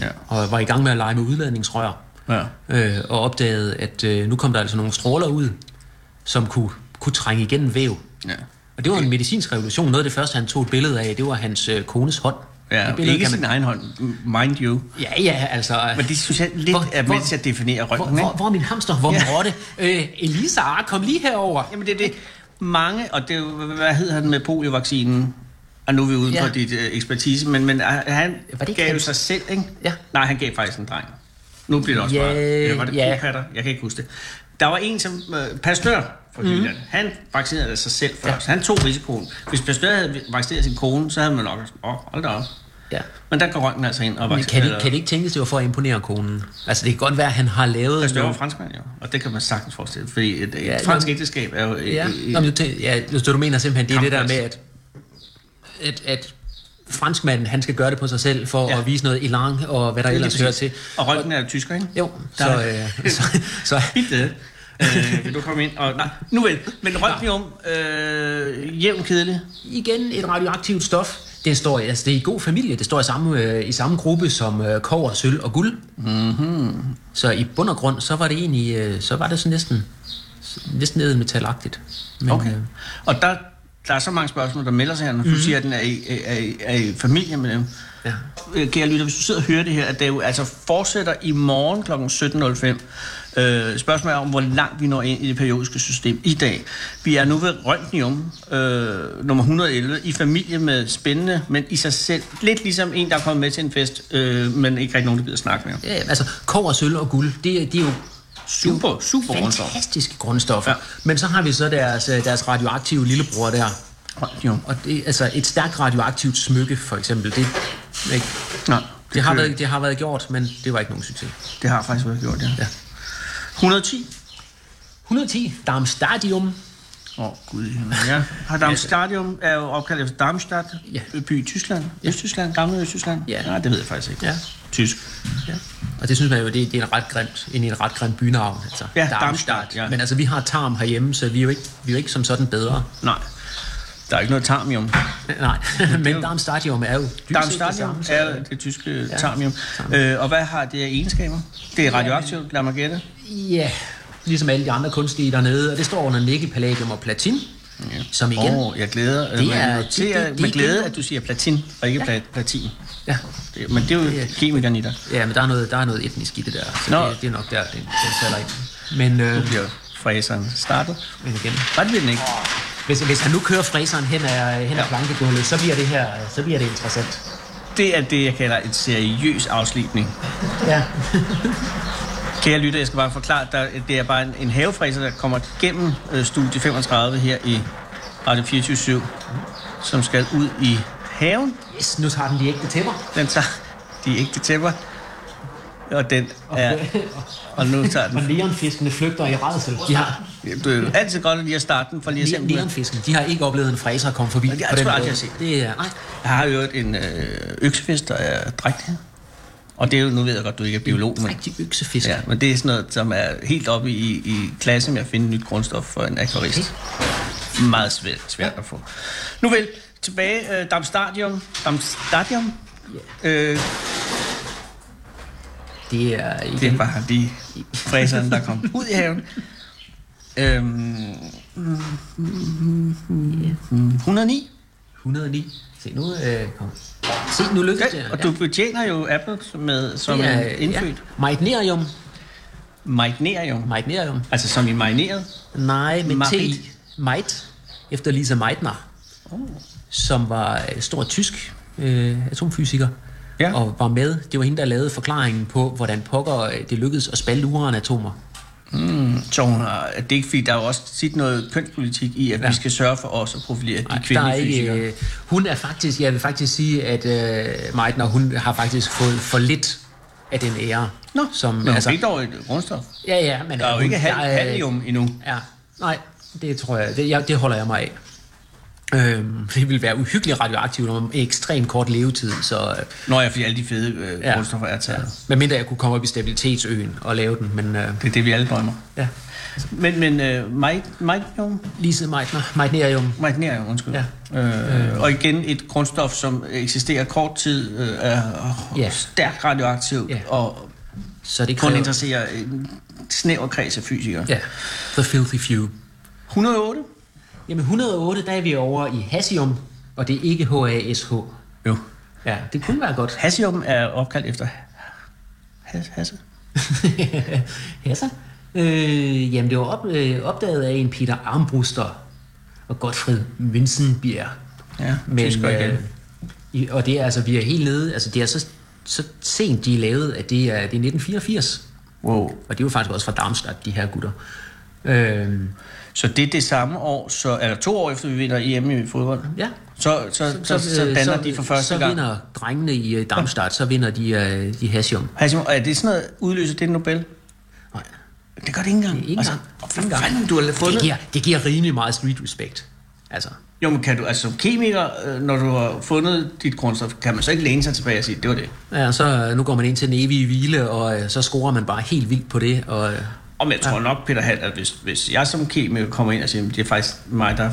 Ja. og var i gang med at lege med udladningsrør, ja. øh, og opdagede, at øh, nu kom der altså nogle stråler ud, som kunne, kunne trænge igennem væv. ja. Og det var en medicinsk revolution. Noget af det første, han tog et billede af, det var hans øh, kones hånd. Ja, det billede, billede ikke kan sin man... egen hånd, mind you. Ja, ja, altså... Men det synes jeg lidt Hvor- hvor, er med hvor- til at definere hvor, røntgen, hvor, ikke? hvor er min hamster? Hvor er min Ja. rotte? Øh, Elisa, kom lige herover. Jamen det er det. Mange, og det er jo, hvad hed han med poliovaccinen? Og nu er vi ude Ja. ja. på dit øh, ekspertise, men, men øh, han Var det ikke gav jo han? sig selv, ikke? Ja. Nej, han gav faktisk en dreng. Nu bliver det også Ja, yeah, meget. Eller var det ja. yeah. patter? Jeg kan ikke huske det. Der var en, som øh, Pastør fra Mhm. Jylland, han vaccinerede sig selv først. Han tog risikoen. Hvis Pastør havde vaccineret sin kone, så havde man nok... Åh, hold da op. Ja. Men der går røntgen altså ind og Men kan vaccinerer. det, kan det ikke tænkes, det var for at imponere konen? Altså, det kan godt være, at han har lavet... Pastør var nogle- franskmand, jo. Og det kan man sagtens forestille. Fordi et, et Ja, ja, fransk men- ægteskab er jo... øh, Ja, øh, Nå, men, du tæ- ja så du mener simpelthen, det er det der med, Kampplads. at, at, at franskmanden, han skal gøre det på sig selv, for ja. Ja. at vise noget elan, og hvad der lige ellers hører præcis. til. Og røntgen er jo tysker, ikke? Jo, Der så, er- øh, så, så, Bitte. øh, vil du komme ind? Og, nej, nu vel. Men røntgenium, øh, jævn kedelig. igen et radioaktivt stof. Det står altså, det er i god familie. Det står i samme, øh, i samme gruppe som øh, kover, sølv og guld. Mm-hmm. Så i bund og grund, så var det egentlig, øh, så var det så næsten, næsten nedmetalagtigt. Men, Okay. øh, Og der, der er så mange spørgsmål, der melder sig her, når du siger, at den er i, er, er, i- er i familie med dem. ja. Øh, Kære lytter, hvis du sidder og hører det her, at det jo altså fortsætter i morgen kl. 17.05. Øh, spørgsmålet er om, hvor langt vi når ind i det periodiske system i dag. Vi er nu ved Røntgenium, øh, nummer 111, i familie med spændende, men i sig selv. Lidt ligesom en, der er kommet med til en fest, øh, men ikke rigtig nogen, der gider snakke med. ja, altså kover, sølv og guld, det, er- det er jo Super, super rundstof. fantastiske grundstoffer. Ja. Ja. Men så har vi så deres, øh, deres radioaktive lillebror der. Røntgenium. Og det, altså et stærkt radioaktivt smykke, for eksempel. Det, ikke, Nej, det, har kører været, ikke. det har været gjort, men det var ikke nogen succes. Det har faktisk været gjort, ja. Ja. ja. 110. 110, Darmstadium. Åh, oh, gud. i himlen, Ja. Har Darmstadium er jo opkaldt efter Darmstadt, Ja. ja. by i Tyskland. Ja. Østtyskland, gamle Østtyskland. Ja. Nej, det ved jeg faktisk ikke. Ja. Tysk. Og det synes man jo, det, det er en ret grimt, en, en ret grim bynavn. Altså, Ja, Darmstadt, ja. Men altså, vi har tarm herhjemme, så vi er jo ikke, vi er jo ikke som sådan bedre. Nej. Der er ikke noget tarmium. Nej, men Darmstadium er jo dybest set det Darmstadium samme. som- er det tyske ja. tarmium. Øh, og hvad har det af egenskaber? Det er radioaktivt, lad mig gætte. Ja, ligesom alle de andre kunstige dernede. Og det står under nikkel, palladium og platin. Ja. Som igen... Åh, jeg glæder Det det er- er, noterer, det- det- det med er glæde, igen- at du siger platin, og ikke ja. platin. Ja. Det, men det er jo kemikeren i dig. ja, men der er, noget, der er noget etnisk i det der. Så Nå. det, det, er nok der, den, den falder ind. Men, øh, Nu bliver fræseren startet. men igen, Var det den ikke? hvis, hvis han nu kører fræseren hen ad, hen ad plankegulvet, så bliver det her, så bliver det interessant. Det er det, jeg kalder et seriøs afslipning. Ja. Kære lytter, jeg skal bare forklare, at der, det er bare en, en havefræser, der kommer gennem øh, studie 35 her i Radio 24 som skal ud i haven. Yes, nu tager den de ægte tæpper. Den tager de ægte tæpper, og den er... Og nu tager Og den... leonfiskene flygter i redsel. De har Du er jo altid godt lige at starte den, for lige at se... om den er- leonfisken, de har ikke oplevet en fræser komme forbi. det på har den jeg aldrig måde. set. Det er, nej. Jeg har jo en øh, øksefest, der er drægtig. Og det er jo, nu ved jeg godt, du ikke er biolog, men... Rigtig øksefisk. Ja, men det er sådan noget, som er helt oppe i, i klasse med at finde nyt grundstof for en akvarist. Meget svært, svært at få. Nu vel, tilbage øh, Damstadium. Damstadium? Øh, Det er igen... det var lige fræseren, der kom ud i haven. Øhm, 109. 109. Se nu, øh, kom. Se, nu lykkedes Ja, jeg. og du betjener jo Apple med, som Det en er, indfødt Ja. Magnerium. marinerium. Magnerium. Altså som i marineret. Nej, men Marit. T. Meit. Efter Lisa Meitner. Oh. Som var øh, stor tysk øh, atomfysiker. Ja. Og var med. Det var hende, der lavede forklaringen på, hvordan pokker øh, det lykkedes at spalte uranatomer. Så hun har, det er ikke fordi, der er jo også tit noget kønspolitik i, at ja. vi skal sørge for os at profilere de Nej, der er kvindelige ikke, fysikere. øh, hun er faktisk, jeg vil faktisk sige, at øh, Meitner, hun har faktisk fået for lidt af den ære. Nå, som, men altså, fik dog et grundstof. ja, ja, men Der er jo hun- ikke hal- der er- halium endnu. Ja, nej, det tror jeg, det, jeg, det holder jeg mig af. Øhm, det vil være uhyggeligt radioaktivt om ekstremt kort levetid, så øh, Nå ja, fordi alle de fede øh, Ja. grundstoffer er taget. medmindre jeg kunne komme op i stabilitetsøen og lave den, men øh, Det er det, vi alle drømmer. ja, Men, men øh, magnerium, Lise Meitner, Meitnerium, magnerium, undskyld. Ja. Øh, og igen et grundstof, som eksisterer kort tid, øh, er Ja. ja. stærkt radioaktivt, Ja. ja. og så det kun kræver... interesserer en snæver kreds af fysikere. Ja. Ja, The Filthy Few. 108? Jamen 108, der er vi over i Hasium, og det er ikke H-A-S-H. Jo. Ja, det kunne være godt. Hasium er opkaldt efter Has, Hasse. ja, så. Øh, jamen, det var op, øh, opdaget af en Peter Armbruster og Gottfried Winsenbier. Ja, tysker igen. øh, i, og det er altså, vi er helt nede, altså det er så, så sent, de er lavet, at det er, det er 1984. Wow. Og det er jo faktisk også fra Darmstadt, de her gutter. Øh, Så det er det samme år, så, eller to år efter vi vinder EM i fodbold. ja, Så, så, så, så, så øh, danner de for første så gang. vinder drengene i øh, Darmstadt, så vinder de, øh, de Hasium. Hasim, og er det sådan noget, udløser det Nobel? Nej. Det gør det ikke engang. Ikke altså, engang. Ikke Hvad engang. fanden, du har Det fundet? giver, det giver rimelig meget street respect. Altså, Jo, men kan du, altså som kemiker, øh, når du har fundet dit grundstof, kan man så ikke læne sig tilbage og sige, det var det. ja, så øh, nu går man ind til den evige hvile, og øh, så scorer man bare helt vildt på det. Og, øh, Og jeg tror nok, Peter Hall, at hvis, hvis jeg som kemiker kommer ind og siger, "Men det er faktisk mig, der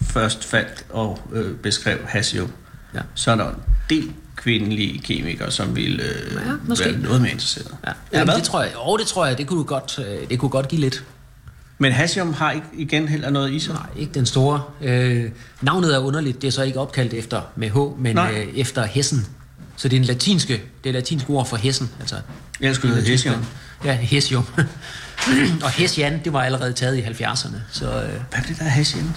først fandt og øh, beskrev Hassium, Ja. ja. så er der en del kvindelige kemikere, som ville øh, Ja, ja, måske. være noget mere interesseret. ja. Eller Jamen, hvad? det tror jeg, jo, det tror jeg, det kunne godt, øh, det kunne godt give lidt. Men Hassium har ikke igen heller noget i sig. Nej, ikke den store. Øh, navnet er underligt, det er så ikke opkaldt efter med H, men Nej. øh, efter Hessen. Så det er en latinske, det er latinske ord for Hessen, altså. Jeg skulle hedde Hassium. Ja, Hessium. og Hessian, det var allerede taget i 70'erne, så øh, Hvad er det der er Hessian?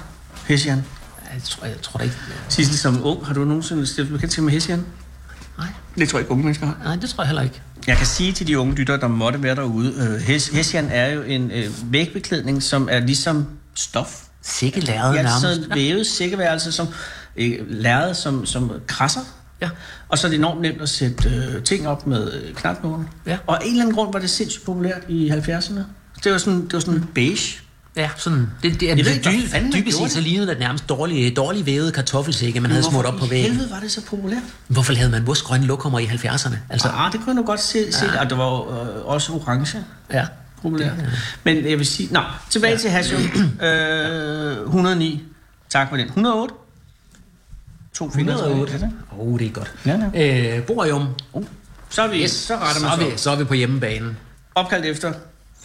Hessian. jeg, tror, jeg tror da ikke. Sissel, som ung, har du nogensinde stiftet bekendtskab med Hessian? Nej, Det tror jeg ikke, unge mennesker har. nej, det tror jeg heller ikke. Jeg kan sige til de unge lyttere, der måtte være derude, øh, Hes- Hessian er jo en øh, vægbeklædning, som er ligesom stof. Sikke lærrede Ja, nærmest. sådan en vævet sikkeværelse, som øh, lærred, som, som krasser. Ja. Og så er det enormt nemt at sætte øh, ting op med øh, knapnålen. Ja. Og af en eller anden grund var det sindssygt populært i 70'erne. Det var sådan, det var sådan beige. Ja, sådan. Det, det er Jeg ved ikke, hvad dy- fanden man dybest set gjorde så det. lignede det nærmest dårlig, dårlig vævet kartoffelsække, man havde Hvorfor smurt op på i væggen. helvede var det så populært? Hvorfor havde man mosgrønne lokummer i 70'erne? Så, Altså, ah, det kunne jeg nu godt se, se ja. og det var jo, øh, også orange. ja. populært. Men jeg vil sige... Nå, tilbage ja. til Hasio. Øh, 109. Tak for den. 108. To fingre. tilbage. 108. Er det? Åh, oh, det er godt. Ja, Øh, borium. Så er vi... Yes. Så retter man så, så. er vi, så er vi på hjemmebanen. Opkaldt efter...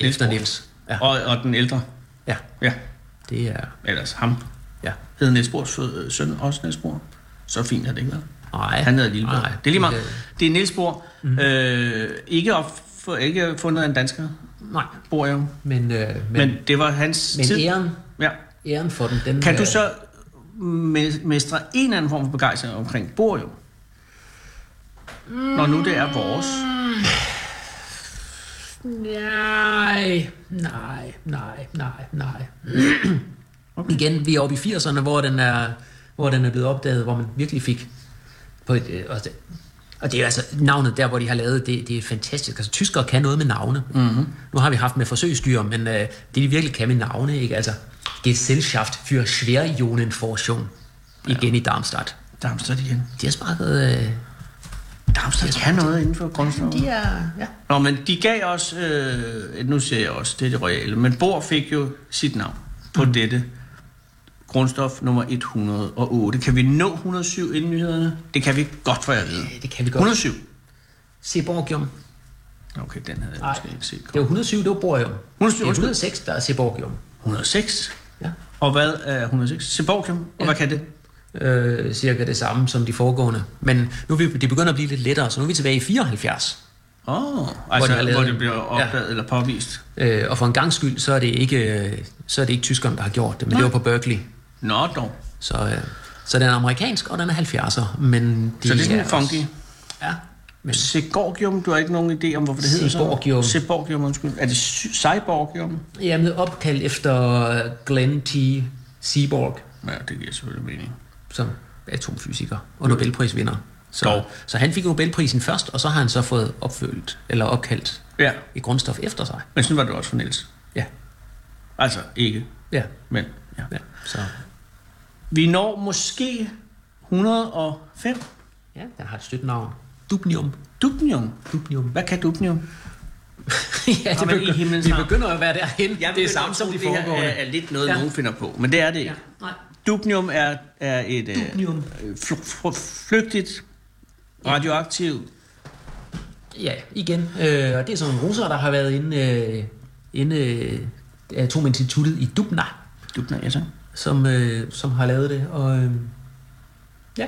Efter Nielsborg. Niels. Ja. Og, og den ældre. ja, Ja, det er... ellers ham. Ja. Hed Nielsborgs øh, søn også Nielsborg. Så fint har det ikke været. Nej. Han hedder Lilleborg. Nej, det er lige meget. det Mhm. Det er Nielsborg. Mm. Øh, ikke, op, for, ikke fundet af en dansker, Nej, bor jeg jo. men, øh, men, Men, men, Men det var hans men tid. æren, Ja. æren for den, den... Kan du øh, så me- mestre en eller anden form for begejstring omkring Borjo? Når nu det er vores. Mm. Nej, nej, nej, nej, nej. okay. Igen, vi er oppe i 80'erne, hvor den er, hvor den er blevet opdaget, hvor man virkelig fik på et, øh, og, det, og det er altså navnet der, hvor de har lavet det, det er fantastisk. Altså tyskere kan noget med navne. Mm-hmm. Nu har vi haft med forsøgsdyr, men øh, det de virkelig kan med navne, ikke? Altså Gesellschaft für Schwerionenforschung igen i Darmstadt. Darmstadt igen. De har sparket... Øh, Darmstadt kan noget inden for kunstneren. de er, ja. Nå, men de gav os, Mm. øh, nu siger jeg også, det er det royale, men Bor fik jo sit navn på dette grundstof nummer 108. Kan vi nå 107 inden nyhederne? Det kan vi godt, for jeg ved. Det kan vi godt. 107. Seborgium. Okay, den havde jeg Nej, måske ikke set. det er jo 107, det var borium. Det er 107, undskyld. 106, der er seborgium. 106. Ja. Og hvad er 106? Seborgium. Og Ja. hvad kan det? Øh, cirka det samme som de foregående. Men nu er vi, det begynder at blive lidt lettere, så nu er vi tilbage i 74. Åh, oh, altså de hvor, har lavet- det bliver opdaget ja. eller påvist. Øh, og for en gang skyld, så er det ikke, øh, så er det ikke tyskerne, der har gjort det, men det var på Berkeley. Nå dog. Så, øh, så den er amerikansk, og den er 70'er. Men de Så det er sådan også- funky. Ja, men Seborgium, du har ikke nogen idé om, hvorfor det hedder Seborgium. så? Seborgium. undskyld. Er det sy- cyborgium? Jamen, opkaldt efter Glenn T. Seaborg, Ja, det giver selvfølgelig mening. som atomfysiker og Nobelprisvinder. Så, Dog. så han fik Nobelprisen først, og så har han så fået opfølt, eller opkaldt Ja, et grundstof efter sig. men sådan var det også for Niels. Ja, Altså, ikke, ja, men ja. ja. Så Vi når måske 105. ja, den har et støttenavn. Dubnium. Dubnium. Dubnium. Hvad kan dubnium? ja, Nå, det men i begynder, himlens vi navn. begynder at være Jeg derhen. det er vil samme tro, som de det her foregående. Er, er lidt noget, Ja. ja. nogen finder på, men det er det ikke. Ja, nej. Dubnium er, er et øh, Dubnium. øh, fl- fl- flygtigt radioaktivt Ja, igen. Øh, og det er sådan nogle russere, der har været inde, øh, inde øh, Atominstituttet i Dubna, dubner, ja, tak. som, øh, som har lavet det. Og, øh, ja.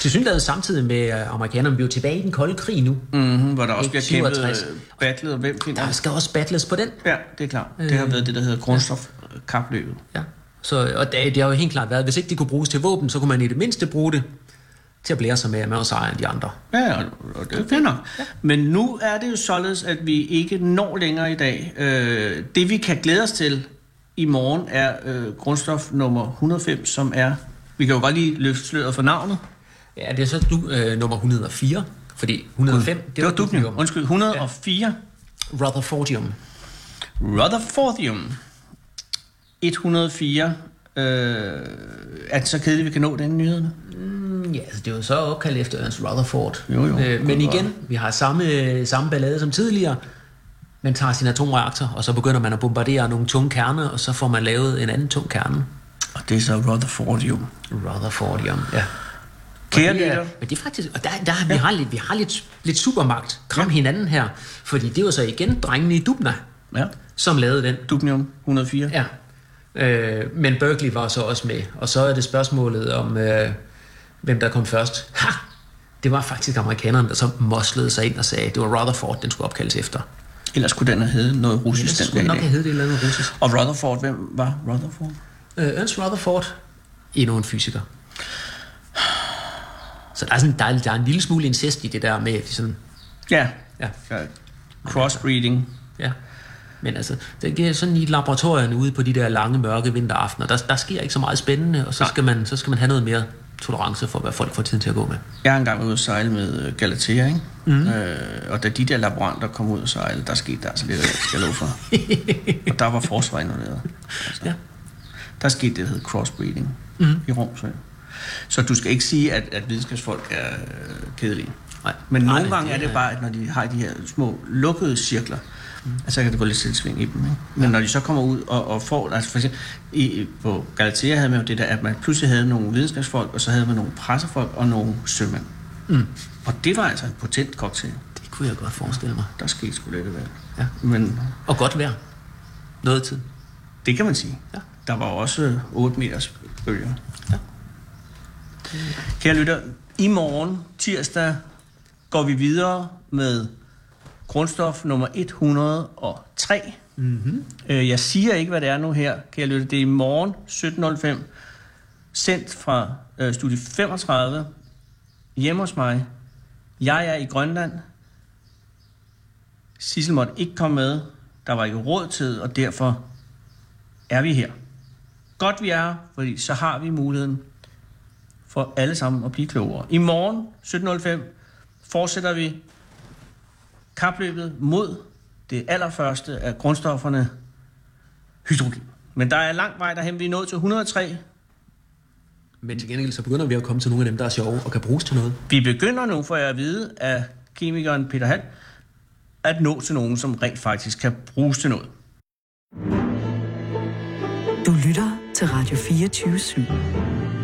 Til synligheden samtidig med øh, amerikanerne. Vi er jo tilbage i den kolde krig nu. Mm-hmm, hvor der også Ikke? bliver kæmpet 67. øh, battlet, og hvem finder Der skal også battles på den. Ja, det er klart. Det har været det, der hedder øh, grundstofkapløbet. Ja. Så, og det, det har jo helt klart været, at hvis ikke det kunne bruges til våben, så kunne man i det mindste bruge det til at blære sig med, at man var sejere end de andre. Ja, og- og det er fair nok. Men nu er det jo således, at vi ikke når længere i dag. Øh, det vi kan glæde os til i morgen er øh, grundstof nummer 105, som er... Vi kan jo godt lige løfte sløret for navnet. Ja, det er så du, øh, nummer 104, fordi 105, det, var dubnium. Undskyld, 104. Rutherfordium. Rutherfordium. 104. Øh, er det så kedeligt, vi kan nå den nyhederne? Ja, altså, det er jo så opkaldt efter Ernst Rutherford. Jo, jo. Øh, men igen, vi har samme, øh, samme ballade som tidligere. Man tager sin atomreaktor, og så begynder man at bombardere nogle tunge kerner, og så får man lavet en anden tung kerne. Og det er så Rutherfordium. Rutherfordium, ja. Kære Det er, lytter, men det er faktisk, og der, der vi, har lidt, vi har lidt, lidt supermagt. Kram ja. hinanden her. Fordi det var så igen drengene i Dubna, ja. som lavede den. Dubnium 104. Ja. Øh, men Berkeley var så også med. Og så er det spørgsmålet om, øh, hvem der kom først. Ha! Det var faktisk amerikanerne, der så moslede sig ind og sagde, at det var Rutherford, den skulle opkaldes efter. Ellers kunne den have heddet noget Det russisk skulle den nok dag. i have dag. heddet det eller andet russisk. Og Rutherford, hvem var Rutherford? Øh, Ernst Rutherford, endnu en fysiker. Så der er, sådan, der, er, der er en lille smule incest i det der med, at de sådan, Ja. ja, ja. Crossbreeding. Ja. Men altså, det er sådan i laboratorierne ude på de der lange, mørke vinteraftener, der, der sker ikke så meget spændende, og så skal, man, så skal man have noget mere tolerance for, hvad folk får tiden til at gå med. Jeg har engang været ude at sejle med øh, Galatea, ikke? Mm. Øh, og da de der laboranter kom ud og sejle, der skete der altså lidt, af, skal jeg love for. og der var forsvar involveret. Altså, Ja. Der skete det, der hed crossbreeding mm. i Rom. Så. så du skal ikke sige, at, at videnskabsfolk er øh, kedelige. Nej. Men Nej, nogle men gange det er det er- bare, at når de har de her små lukkede cirkler, mm. så kan det gå lidt selvsving i dem. Ikke? Men når de så kommer ud og, og får... Altså for eksempel, i, på Galatea havde man jo det der, at man pludselig havde nogle videnskabsfolk, og så havde man nogle pressefolk og nogle sømænd. Mm. Og det var altså en potent cocktail. Det kunne jeg godt forestille mig. Der skete sgu lidt af hvert. Ja. Men Og godt vejr. Noget tid. det kan man sige. Ja. Der var også øh, 8 meters bølger. Ja. Kære lytter, i morgen tirsdag går vi videre med grundstof nummer 103. Mm-hmm. Jeg siger ikke, hvad det er nu her, kære lytter. Det er i morgen 17.05, sendt fra øh, studie 35, hjemme hos mig. Jeg er i Grønland. Sissel måtte ikke komme med. Der var ikke råd til, og derfor er vi her. Godt vi er her, fordi så har vi muligheden for alle sammen at blive klogere. I morgen 17.05 fortsætter vi kapløbet mod det allerførste af grundstofferne hydrogen. Men der er lang vej derhen. Vi er nået til 103. Men til gengæld så begynder vi at komme til nogle af dem, der er sjove og kan bruges til noget. Vi begynder nu, for jeg at vide af kemikeren Peter Hall, at nå til nogen, som rent faktisk kan bruges til noget. Du lytter til Radio 24 /7.